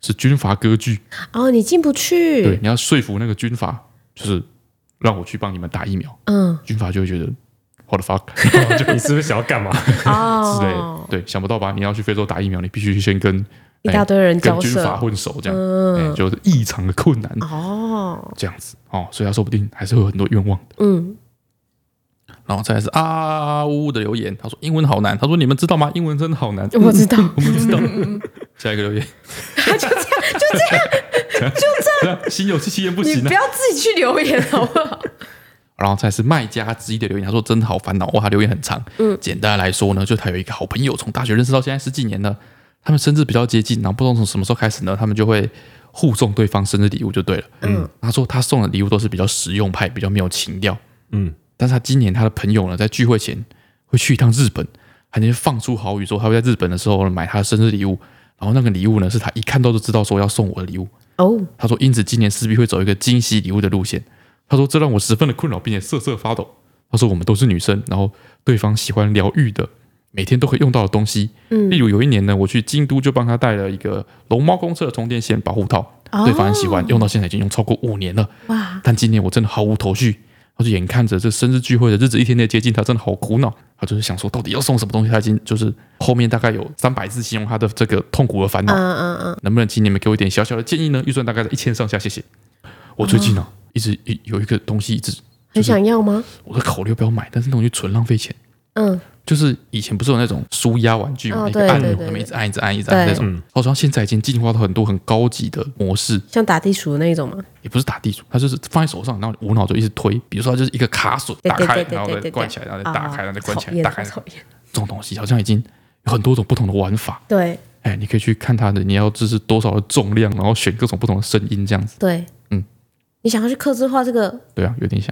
B: 是军阀割据，
E: 哦，你进不
B: 对，
E: 去，
B: 你要说服那个军阀，就是让我去帮你们打疫苗，
E: 嗯，
B: 军阀就会觉得 what the fuck
C: 就你是不是想要干嘛？
E: 哦，
B: 之类的，对，想不到吧？你要去非洲打疫苗，你必须先跟
E: 一大堆人
B: 哎
E: 交
B: 跟军
E: 涉
B: 阀混熟，这样，
E: 嗯
B: 哎就是异常的困难。
E: 哦，
B: 这样子哦，所以他说不定还是会有很多愿望的。
E: 嗯，
B: 然后再来是啊啊啊呜呜的留言，他说英文好难，他说你们知道吗？英文真的好难。
E: 我知道，
B: 我们知道。下一 个留言，就这样，就这样，就这样， 心有戚戚焉不
E: 你
B: 行啊
E: 不。要自己去留言好不 好？
B: 然后再来是卖家之一的留言，他说真的好烦恼哇，他留言很长。嗯，简单来说呢，就他有一个好朋友，从大学认识到现在十几年了，他们生日比较接近，然后不知道从什么时候开始呢，他们就会互送对方生日礼物就对了。嗯，他说他送的礼物都是比较实用派，比较没有情调。
C: 嗯，
B: 但是他今年他的朋友呢，在聚会前会去一趟日本，还能放出豪语说他会在日本的时候呢买他的生日礼物，然后那个礼物呢是他一看到就知道说要送我的礼物。
E: 哦，
B: 他说，因此今年势必会走一个惊喜礼物的路线。他说，这让我十分的困扰，并且瑟瑟发抖。他说，我们都是女生，然后对方喜欢疗愈的，每天都会用到的东西。嗯，例如有一年呢，我去京都就帮他带了一个龙猫公厕的充电线保护套，对方很喜欢，用到现在已经用超过五年了。
E: 哇，
B: 但今年我真的毫无头绪。他说，眼看着这生日聚会的日子一天天接近，他真的好苦恼。他就是想说，到底要送什么东西？他已经就是后面大概有三百字形容他的这个痛苦和烦恼。
E: 嗯嗯嗯，
B: 能不能请你们给我一点小小的建议呢？预算大概在一千上下，谢谢。我最近呢、啊
E: 哦
B: 一直一有一个东西，一直
E: 很想要吗？
B: 我在考虑要不要买，但是那东西纯浪费钱。
E: 嗯，
B: 就是以前不是有那种舒压玩具嘛，
E: 哦
B: 一个
E: 对
B: 按
E: 对
B: 钮，
E: 对
B: 那么一直按一直按一直按那
E: 对嗯
B: 种。我说现在已经进化到很多很高级的模式，
E: 像打地鼠那一种吗？
B: 也不是打地鼠，它就是放在手上，然后无脑就一直推。比如说，它就是一个卡锁，
E: 对
B: 打
E: 对
B: 开
E: 对，对
B: 然后
E: 对
B: 再
E: 对
B: 关
E: 对
B: 起来，然后再打
E: 啊
B: 开，然后再关起
E: 讨
B: 来，
E: 厌
B: 打开。
E: 讨厌
B: 这种东西好像已经有很多种不同的玩法。
E: 对
B: 哎，你可以去看它的，你要支持多少的重量，然后选各种不同的声音这样子。
E: 对，
B: 嗯，
E: 你想要去克制化这个
B: 对啊，有点像。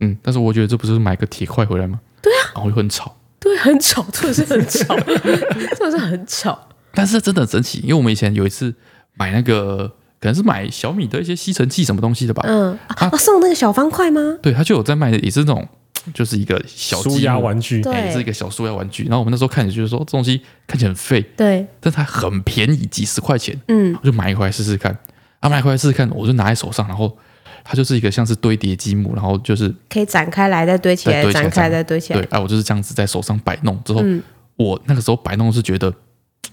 B: 嗯，但是我觉得这不是买个铁块回来吗？对啊，然后又很吵。
E: 对，很吵，真的是很 吵，真的是很吵。
B: 但是真的很神奇，因为我们以前有一次买那个，可能是买小米的一些吸尘器什么东西的吧。
E: 嗯，
B: 啊
E: 啊，送那个小方块吗？
B: 对，他就有在卖的，也是那种，就是一个小
C: 舒压玩
B: 具，
C: 具，
E: 对
B: 哎、也是一个小舒压玩具。然后我们那时候看着就是说，这东西看起来很废，
E: 对，
B: 但它很便宜，几十块钱，
E: 嗯，
B: 我就买一回来试试看。啊，买回来试试看，我就拿在手上，然后它就是一个像是堆叠积木，然后就是
E: 可以展开来，再堆起来，
B: 再堆起来
E: 展开来再堆起
B: 对
E: 来。，
B: 哎，我就是这样子在手上摆弄之后，
E: 嗯
B: 我那个时候摆弄是觉得嘖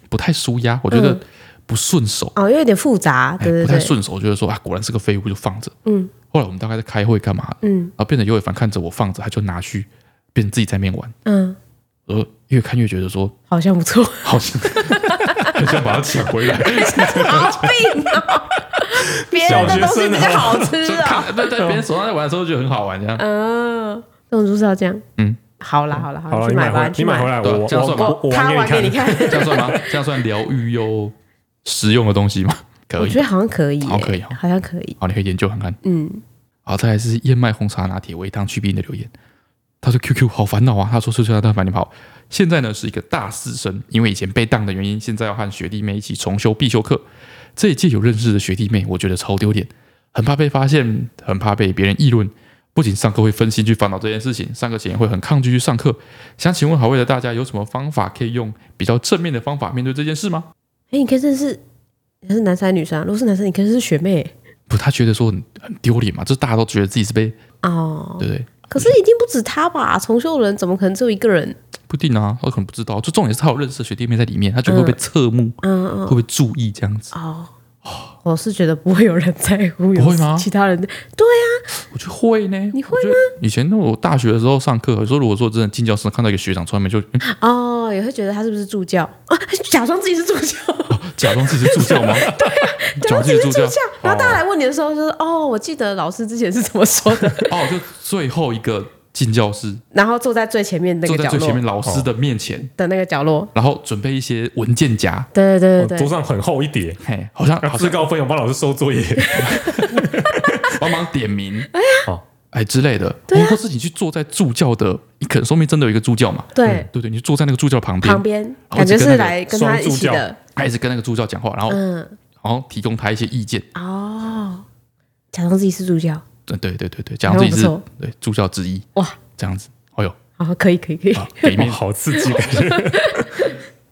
B: 不太舒压，我觉得不顺手，
E: 哦，因为有点复杂，
B: 哎
E: 嗯对对
B: 不太
E: 对，
B: 顺手，我觉得说啊，果然是个废物，就放着。嗯，后来我们大概在开会干嘛，嗯，然后变得尤伟凡看着我放着，他就拿去，变成自己在面玩，
E: 嗯，
B: 呃，越看越觉得说
E: 好像不错。
B: 好像
C: 很想把它抢回来。
E: 毛病哦， 别人的东西比较好吃
B: 就
E: 啊。
B: 看在在别人手上在玩的时候，觉得很好玩，这样。
E: 嗯，这种就是要这样。
B: 嗯，
E: 好啦好啦
C: 好
E: 好
C: 了，
E: 啦，
C: 你
E: 去
C: 买
E: 买吧，
C: 回，
E: 去
C: 你买回。来，
B: 对啊
C: 我
B: 这样算吧
C: 我
E: 我
C: 我
E: 他
C: 玩
E: 玩给
C: 给你
E: 你
C: 看。
E: 看，
B: 这样算吗？这样算疗愈又实用的东西吗？可
E: 我
B: 以
E: 觉，得好像可以耶，
B: 好可以哦
E: 好像可以。
B: 好，你可以研究看看。
E: 嗯，
B: 好，再来是燕麦红茶拿铁微糖去冰的留言，他说 QQ 好烦恼啊，他说睡睡到大半夜跑，现在呢是一个大四生，因为以前被当的原因，现在要和学弟妹一起重修必修课。这一届有认识的学弟妹，我觉得超丢脸，很怕被发现，很怕被别人议论。不仅上课会分心去烦恼这件事情，上课前也会很抗拒去上课。想请问好味的大家有什么方法可以用比较正面的方法面对这件事吗？
E: 哎，你可以认识，你是男生还是女生啊？如果是男生，你可以是学妹
B: 不，他觉得说很很丢脸嘛，就是大家都觉得自己是被
E: 哦。
B: 对不对？
E: 可是一定不止他吧？重修的人怎么可能只有一个人？
B: 不一定啊，他可能不知道。就重点是他有认识的学弟妹在里面，他觉得会被侧目，
E: 嗯嗯
B: 会不会注意这样子？
E: 哦，我是觉得不会有人在乎，有
B: 不会吗
E: 其他人
B: 我觉得会呢。
E: 你会
B: 我觉得以前那我大学的时候上课，有时候如果说真的进教室看到一个学长穿没 就、嗯
E: 哦，也会觉得他是不是助教 啊？假装自己是助教，
B: 假装自己是助 教吗？对啊，哦假装自己是助教。哦
E: 然后大家来问你的时候，就是哦，我记得老师之前是怎么说的，
B: 哦，就最后一个进教室，
E: 然后坐在最前面那
B: 坐
E: 个
B: 在
E: 角
B: 最前
E: 落
B: 面老师的面前，
E: 的那个角落。
B: 然后准备一些文件夹，
E: 对对
C: 哦
E: 对
C: 桌
E: 对，
C: 上很厚一叠，
B: 嘿，好像好
C: 自
B: 像
C: 告奋勇帮老师收作业，
B: 帮忙 点名，哎
C: 哦
B: 之类的，
E: 啊
B: 或或是你去坐在助教的，你可能说明真的有一个助教嘛，
E: 对，
B: 对不对？你就坐在那个助教旁边，
E: 旁边
B: 嗯好
E: 感觉
B: 几个那
E: 是
B: 个
E: 来跟他一起
C: 双助
E: 的
C: 教，
B: 还是跟那个助教讲话，然后、
E: 嗯，
B: 然后提供他一些意见，
E: 哦，假装自己是助教，
B: 对对对对对，假装自己是
E: 好像
B: 对助教之一，
E: 哇，
B: 这样子，哎呦，
E: 好，哦可以可以可以，
B: 啊，北
C: 哇
B: 面，
C: 好刺激感觉。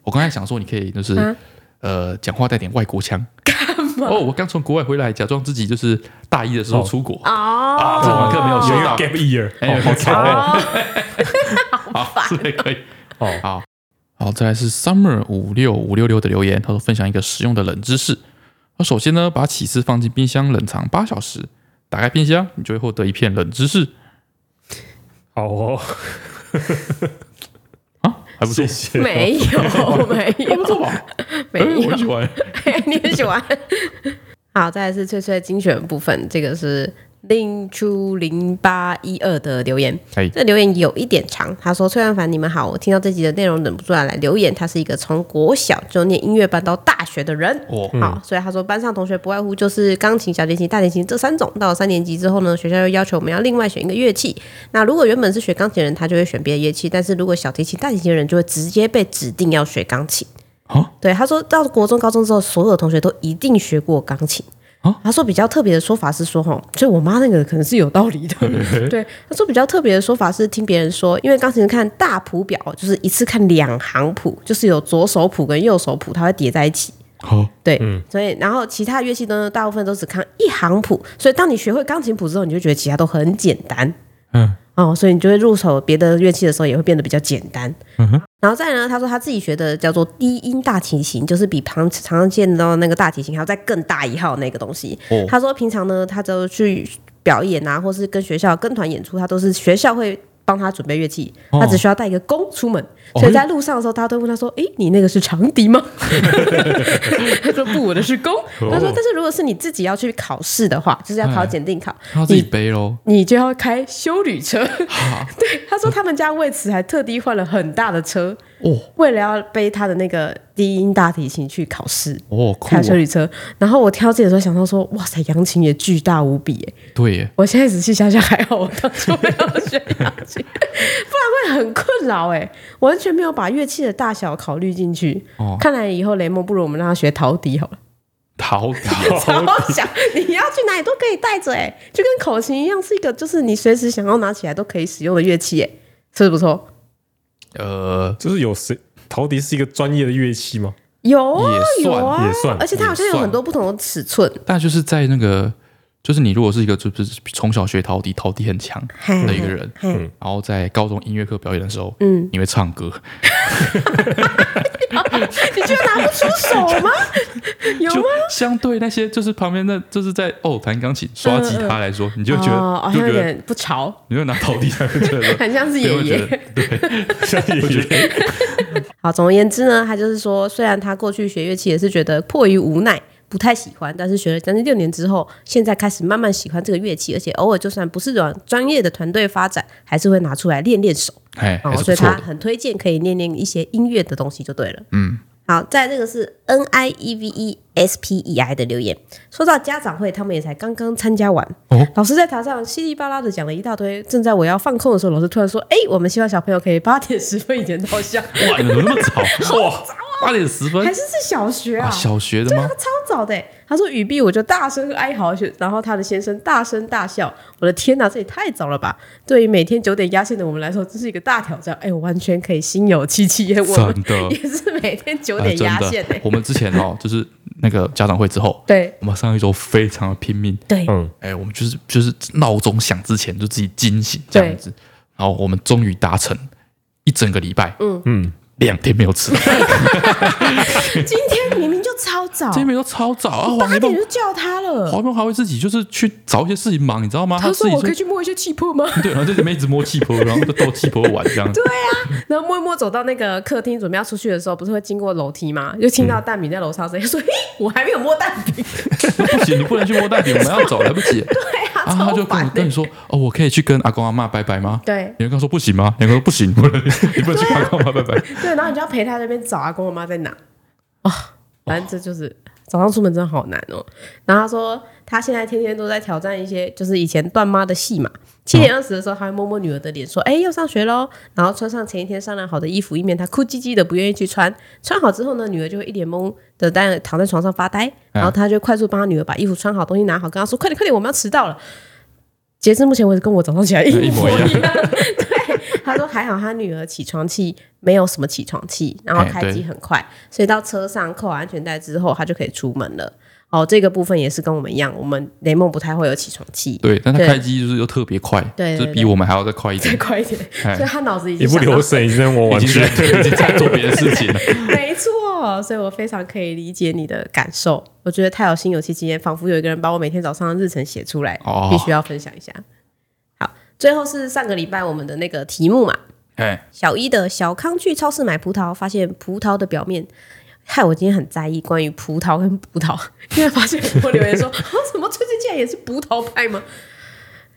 B: 我刚才想说你可以就是、
E: 啊
B: 呃，讲话带点外国腔。哦，我刚从国外回来，假装自己就是大一的时候
C: 哦
B: 出
A: 啊
B: 国，
E: 哦，
B: 这门课没有
C: 有一
B: 学
C: 个
B: 到，
C: gap year，
B: 哎
C: 哦好吵哦。
B: 好，这个可以。
C: 哦
B: 好，好，再来是 Summer 五六五六六的留言，他说分享一个实用的冷知识。那首先呢，把起司放进冰箱冷藏八小时，打开冰箱，你就会获得一片冷知识
C: 好哦，
B: 啊，还不错
C: 谢，谢。
E: 没 有没
B: 还不
E: 有
B: 错吧？
E: 没
B: 哎我
E: 有
B: 很，喜欢。
E: 你很喜欢。好，再来是翠翠精选部分，这个是令出零八一二的留言。
B: 哎，
A: 这留言有一点长，他说：“崔万凡，你们好，我听到这集的内容忍不住要来留言。他是一个从国小就念音乐班到大学的人，
B: 哦，
A: 好，所以他说班上同学不外乎就是钢琴、小提琴、大提琴这三种。到了三年级之后呢，学校又要求我们要另外选一个乐器。那如果原本是学钢琴的人，他就会选别的乐器；但是如果小提琴、大提琴的人，就会直接被指定要学钢琴。
B: 啊
A: 对，他说到国中、高中之后，所有同学都一定学过钢琴。
B: 啊
A: 他说比较特别的说法是说，吼，所以我妈那个可能是有道理的。对，他说比较特别的说法是听别人说，因为钢琴看大谱表，就是一次看两行谱，就是有左手谱跟右手谱，它会叠在一起。
B: 好，
A: 对，所以然后其他乐器呢，大部分都只看一行谱，所以当你学会钢琴谱之后，你就觉得其他都很简单
B: 嗯，
A: 哦，所以你就会入手别的乐器的时候也会变得比较简单。
B: 嗯
A: 然后再来呢，他说他自己学的叫做低音大提琴，就是比常常见到那个大提琴还要再更大一号那个东西。
B: 哦
A: 他说平常呢，他就去表演啊，或是跟学校跟团演出，他都是学校会。帮他准备乐器，
B: 哦
A: 他只需要带一个弓出门，所以在路上的时候，大家都会问他说：“诶，你那个是长笛吗？” 他说：“不，我的是弓。”
B: 哦
A: 他说：“但是如果是你自己要去考试的话，就是要考
B: 哎
A: 检定考，
B: 他自己背喽。
E: 你就要开修旅车。
B: 哈
E: 对，他说他们家为此还特地换了很大的车，
B: 哦
E: 为了要背他的那个低音大提琴去考试。
B: 哦，酷
E: 开修
B: 哦，
E: 理车，然后我听到这里的时候，想到说，哇塞，扬琴也巨大无比耶！
B: 对耶，
E: 我现在仔细想想，还好我当初没有学扬 琴，不然会很困扰哎，完全没有把乐器的大小考虑进去。
B: 哦
E: 看来以后雷蒙不如我们让他学陶笛好了。
B: 好，好
E: 超小，你要去哪里都可以带着
A: 欸
E: 哎，就跟口琴一样，是一个就是你随时想要拿起来都可以使用的乐器
A: 欸
E: 哎，是不是不错？
B: 呃，
C: 就是有谁陶笛是一个专业的乐器吗？
E: 有啊
B: 也
E: 有
B: 算
E: 啊
C: 也算，
E: 而且它好像
B: 也
E: 有
B: 算
E: 很多不同的尺寸，
B: 但就是在那个，就是你如果是一个就是从小学陶笛，陶笛很强
A: 嘿
B: 的一个人，
A: 嘿
B: 然后在高中音乐课表演的时候，
E: 嗯，
B: 你会唱歌，
E: 你居然拿不出 手吗？有
B: 就
E: 吗？
B: 相对那些就是旁边的，就是在哦弹钢琴、刷吉他来说，你就觉
E: 哦好
B: 得就
E: 像有
B: 觉得
E: 点不潮，
B: 你会拿陶笛来觉得
E: 很像是
B: 你
E: 爷
B: 会觉
E: 爷。
B: 得
C: 像也有
A: 好，总而言之呢，他就是说，虽然他过去学乐器也是觉得迫于无奈，不太喜欢，但是学了将近六年之后，现在开始慢慢喜欢这个乐器，而且偶尔就算不是专专业的团队发展，还是会拿出来练练手。
B: 哎还
A: 哦，
B: 是
A: 所
B: 不
A: 以
B: 错
A: 他
B: 的，
A: 很推荐可以练练一些音乐的东西就对了。
B: 嗯，
A: 好，在这个是 N I E V E S P E I 的留言，说到家长会，他们也才刚刚参加完，
B: 哦
A: 老师在台上稀里巴拉的讲了一大堆，正在我要放空的时 候，老师突然说：“哎、我们希望小朋友可以八点十分以前到校。”
B: 哇，你怎么那么吵？哇，八点十分
A: 还是是小学啊？
B: 啊，小学的
A: 对
B: 吗
A: 啊，？超早的欸。他说语毕，我就大声哀嚎，然后他的先生大声大笑。我的天哪，这也太早了吧！对于每天九点压线的我们来说，这是一个大挑战。哎，我完全可以心有戚戚耶，我们
B: 真 的
A: 也是每天九
B: 哎
A: 点
B: 真
A: 压线
B: 的
A: 哎，。
B: 我们之前哦，就是那个家长会之后，
A: 对
B: 我们上一周非常的拼命，
A: 对，
C: 嗯，
B: 哎，我们就是就是闹钟响之前就自己惊醒这样子，然后我们终于达成一整个礼拜，嗯嗯， 两天没有吃，
A: 今天明明就超早，
B: 这边都超早啊，黄
A: 八
B: 黑
A: 点
B: 梦
A: 就叫他了。
B: 黄黑梦还会自己就是去找一些事情忙，你知道吗？
A: 他
B: 自
A: 说：“
B: 己
A: 我可以去摸一些气泡吗？”
B: 对，然后就里面一直摸气泡，然后就逗气泡玩这样子。
A: 啊然后默默走到那个客厅，准备要出去的时候，不是会经过楼梯吗？就听到蛋饼在楼上声音，说：“ 嘿，我还没有摸蛋饼。
B: 不行，你不能去摸蛋饼，我们要走，来不及。”
A: 对啊，
B: 啊，他
A: 超
B: 就跟
A: 烦
B: 我
A: 的
B: 跟你。说，哦，我可以去跟阿公阿妈拜拜吗？
A: 对
B: 你跟他说不 行吗？你跟他说不行，不能，你不能去跟阿公阿妈拜拜。
A: 对，啊然后你就要陪他那边找阿公我妈在哪啊，反正这就是早上出门真的好难哦。然后他说他现在天天都在挑战一些就是以前断妈的戏码。七点二十的时候，他会摸摸女儿的脸，说：“哎、要上学喽。”然后穿上前一天商量好的衣服，以免她哭唧唧的不愿意去穿。穿好之后呢，女儿就会一脸懵的在躺在床上发呆，然后他就快速帮他女儿把衣服穿好，东西拿好，跟她说：“快点，快点，我们要迟到了。”截至目前为止，跟我早上起来一
B: 一
A: 模
B: 模一
A: 一
B: 样
A: 样。 对，他说还好他女儿起床气没有什么起床气，然后
B: 哎
A: 开
B: 对
A: 机很快，所以到车上扣好安全带之后，他就可以出门了。哦，这个部分也是跟我们一样，我们雷梦不太会有起床气，
B: 对，但他
A: 对
B: 开机就是又特别快，
A: 对对
B: 就是比我们还要再快一点
A: 再，快一点，
B: 哎
A: 所以他脑子已
C: 也
A: 经
C: 不
A: 想到
C: 留神，已经在摸
B: 已
C: 玩
B: 经
C: 具
B: 在。已经在做别的事情 了。
A: 没错，所以我非常可以理解你的感受。我觉得太有心有戚戚焉，仿佛有一个人把我每天早上的日程写出来，
B: 哦
A: 必须要分享一下。好，最后是上个礼拜我们的那个题目嘛，
B: 哎，
A: 小一的小康去超市买葡萄，发现葡萄的表面。害我今天很在意关于葡萄跟葡萄， 因为发现很多留言说 啊，怎么最近竟然也是葡萄派吗？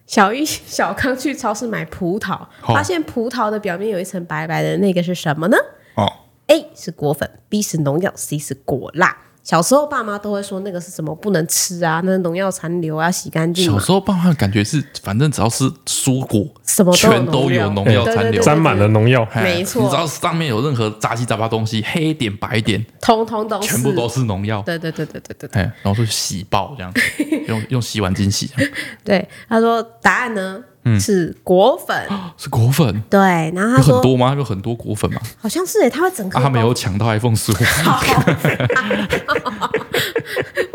A: 小一小康去超市买葡萄，
B: 好
A: 发现葡萄的表面有一层白白的，那个是什么呢？
B: 哦，
A: A 是果粉，B 是农药，C 是果蜡。小时候爸妈都会说那个是什么不能吃啊，那农药残留啊，洗干净
B: 小
A: 嘛，
B: 时候爸妈的感觉是，反正只要是蔬果，
A: 什么
B: 全
A: 都
B: 都有农
A: 药
B: 药
A: 对对
B: 残留
A: 对对对
C: 沾满了农药，
B: 哎
A: 没错
B: 你只要上面有任何杂七杂八东西，黑点白点，
A: 通通哦都是，
B: 全部都是农药。
A: 对对对对对对对
B: 哎，然后就洗爆这样， 用用洗碗巾洗，
A: 对。他说答案呢、是果 粉，
B: 是果粉。
A: 对。然后
B: 嗯有
A: 他
B: 很
A: 说
B: 多吗？有很多果粉吗？
A: 好像是哎、他会整颗
B: 啊，
A: 包、
B: 他没有抢到 iPhone 十五，
A: 我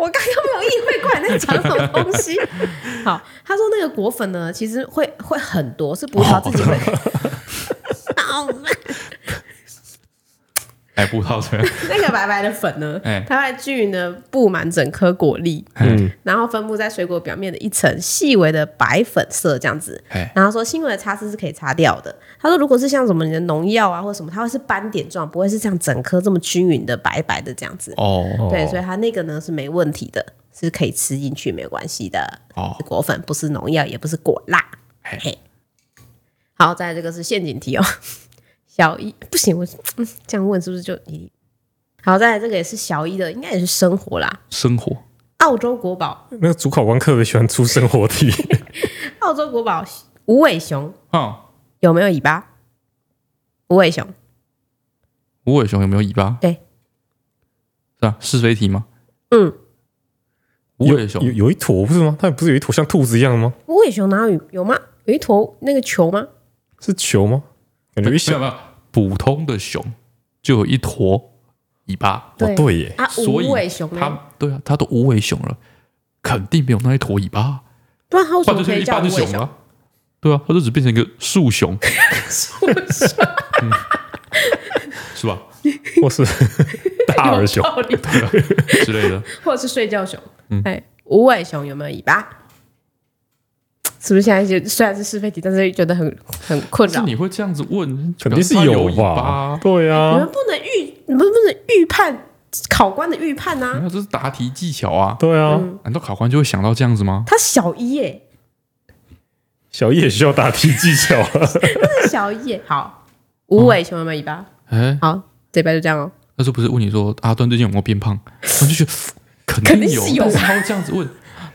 A: 刚刚没有意会过来在讲什么东 西。好，他说那个果粉呢，其实会会很多，是葡萄
B: 哦
A: 自己会。 好
B: 哎，不知道 这
A: 那个白白的粉呢，
B: 哎
A: 它会均匀的布满整颗果粒，嗯，然后分布在水果表面的一层细微的白粉色这样子。
B: 哎
A: 然后说新闻的擦丝是可以擦掉的。他说，如果是像什么你的农药啊或什么，它会是斑点状，不会是像整颗这么均匀的白白的这样子。
B: 哦
A: 对，所以它那个呢是没问题的，是可以吃进去没有关系的。
B: 哦
A: 是果粉不是农药，也不是果蜡。
B: 哎
A: 嘿，好，再来这个是陷阱题哦。小一不行，我嗯这样问是不是就你？好，再来这个也是小一的，应该也是生活啦。
B: 生活
A: 澳洲国宝，
C: 那个主考官特别喜欢出生活题，
A: 澳洲国宝无尾熊
B: 啊，
A: 有没有尾巴？无尾熊，
B: 无尾熊有没有尾巴？
A: 对，
B: 是啊，是非题吗？
A: 哎嗯，
B: 无尾熊
C: 有有有一坨不是吗？它不是有一坨像兔子一样吗？
A: 无尾熊哪有有吗？有一坨那个球吗？
C: 是球吗？感觉一
B: 没有
C: 想，
B: 没有，普通的熊就有一坨尾巴，
C: 哦对耶，
A: 啊，无
B: 所以
A: 尾熊呢？
B: 它对啊，它都无尾熊了，肯定没有那一坨尾巴，
A: 不然它为
B: 不
A: 什
B: 然
A: 么
B: 就
A: 可
B: 是
A: 以
B: 一
A: 叫无
B: 般的
A: 尾
B: 熊
A: 熊？
B: 啊。对啊，它就只变成一个树熊， 是吧？
C: 或是大耳熊，
A: 道理，
B: 之类的，
A: 或者是睡觉熊。
B: 嗯
A: 哎，无尾熊有没有尾巴？是不是现在就虽然是是非题，但是觉得很很困
B: 是
A: 扰？
B: 你会这样子问，
C: 肯定是
B: 表示它有
C: 有
B: 尾巴
C: 吧
B: 啊？？
C: 对
A: 你
C: 啊
A: 们，不能预，你们不能预判考官的预判啊呐、
B: 没有，这是答题技巧啊！
C: 对啊，
B: 难道考官就会想到这样子吗？
A: 他小一耶，
C: 小叶也需要答题技巧啊。
A: 他是小一耶。
B: 哦
A: 好，无尾熊有没有尾巴？
B: 哎，
A: 好，这边就这样哦。
B: 那时候不是问你说阿端最近有没有变胖？ 我就觉得肯
A: 肯定
B: 定有，
A: 是有
B: 但是他会这样子问，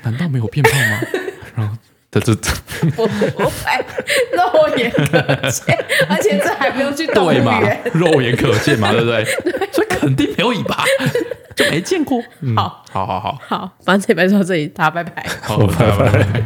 B: 难道没有变胖吗？然后这这这
A: 我我哎， 肉眼可见，而且这还不用去动物
B: 对嘛
A: 园，？
B: 肉眼可见嘛，对不对？所以肯定没有尾巴， 就没见过。嗯
A: 好，
B: 好好好，
A: 好，反正这一拜就到这里，大家拜拜。
B: 好，拜拜。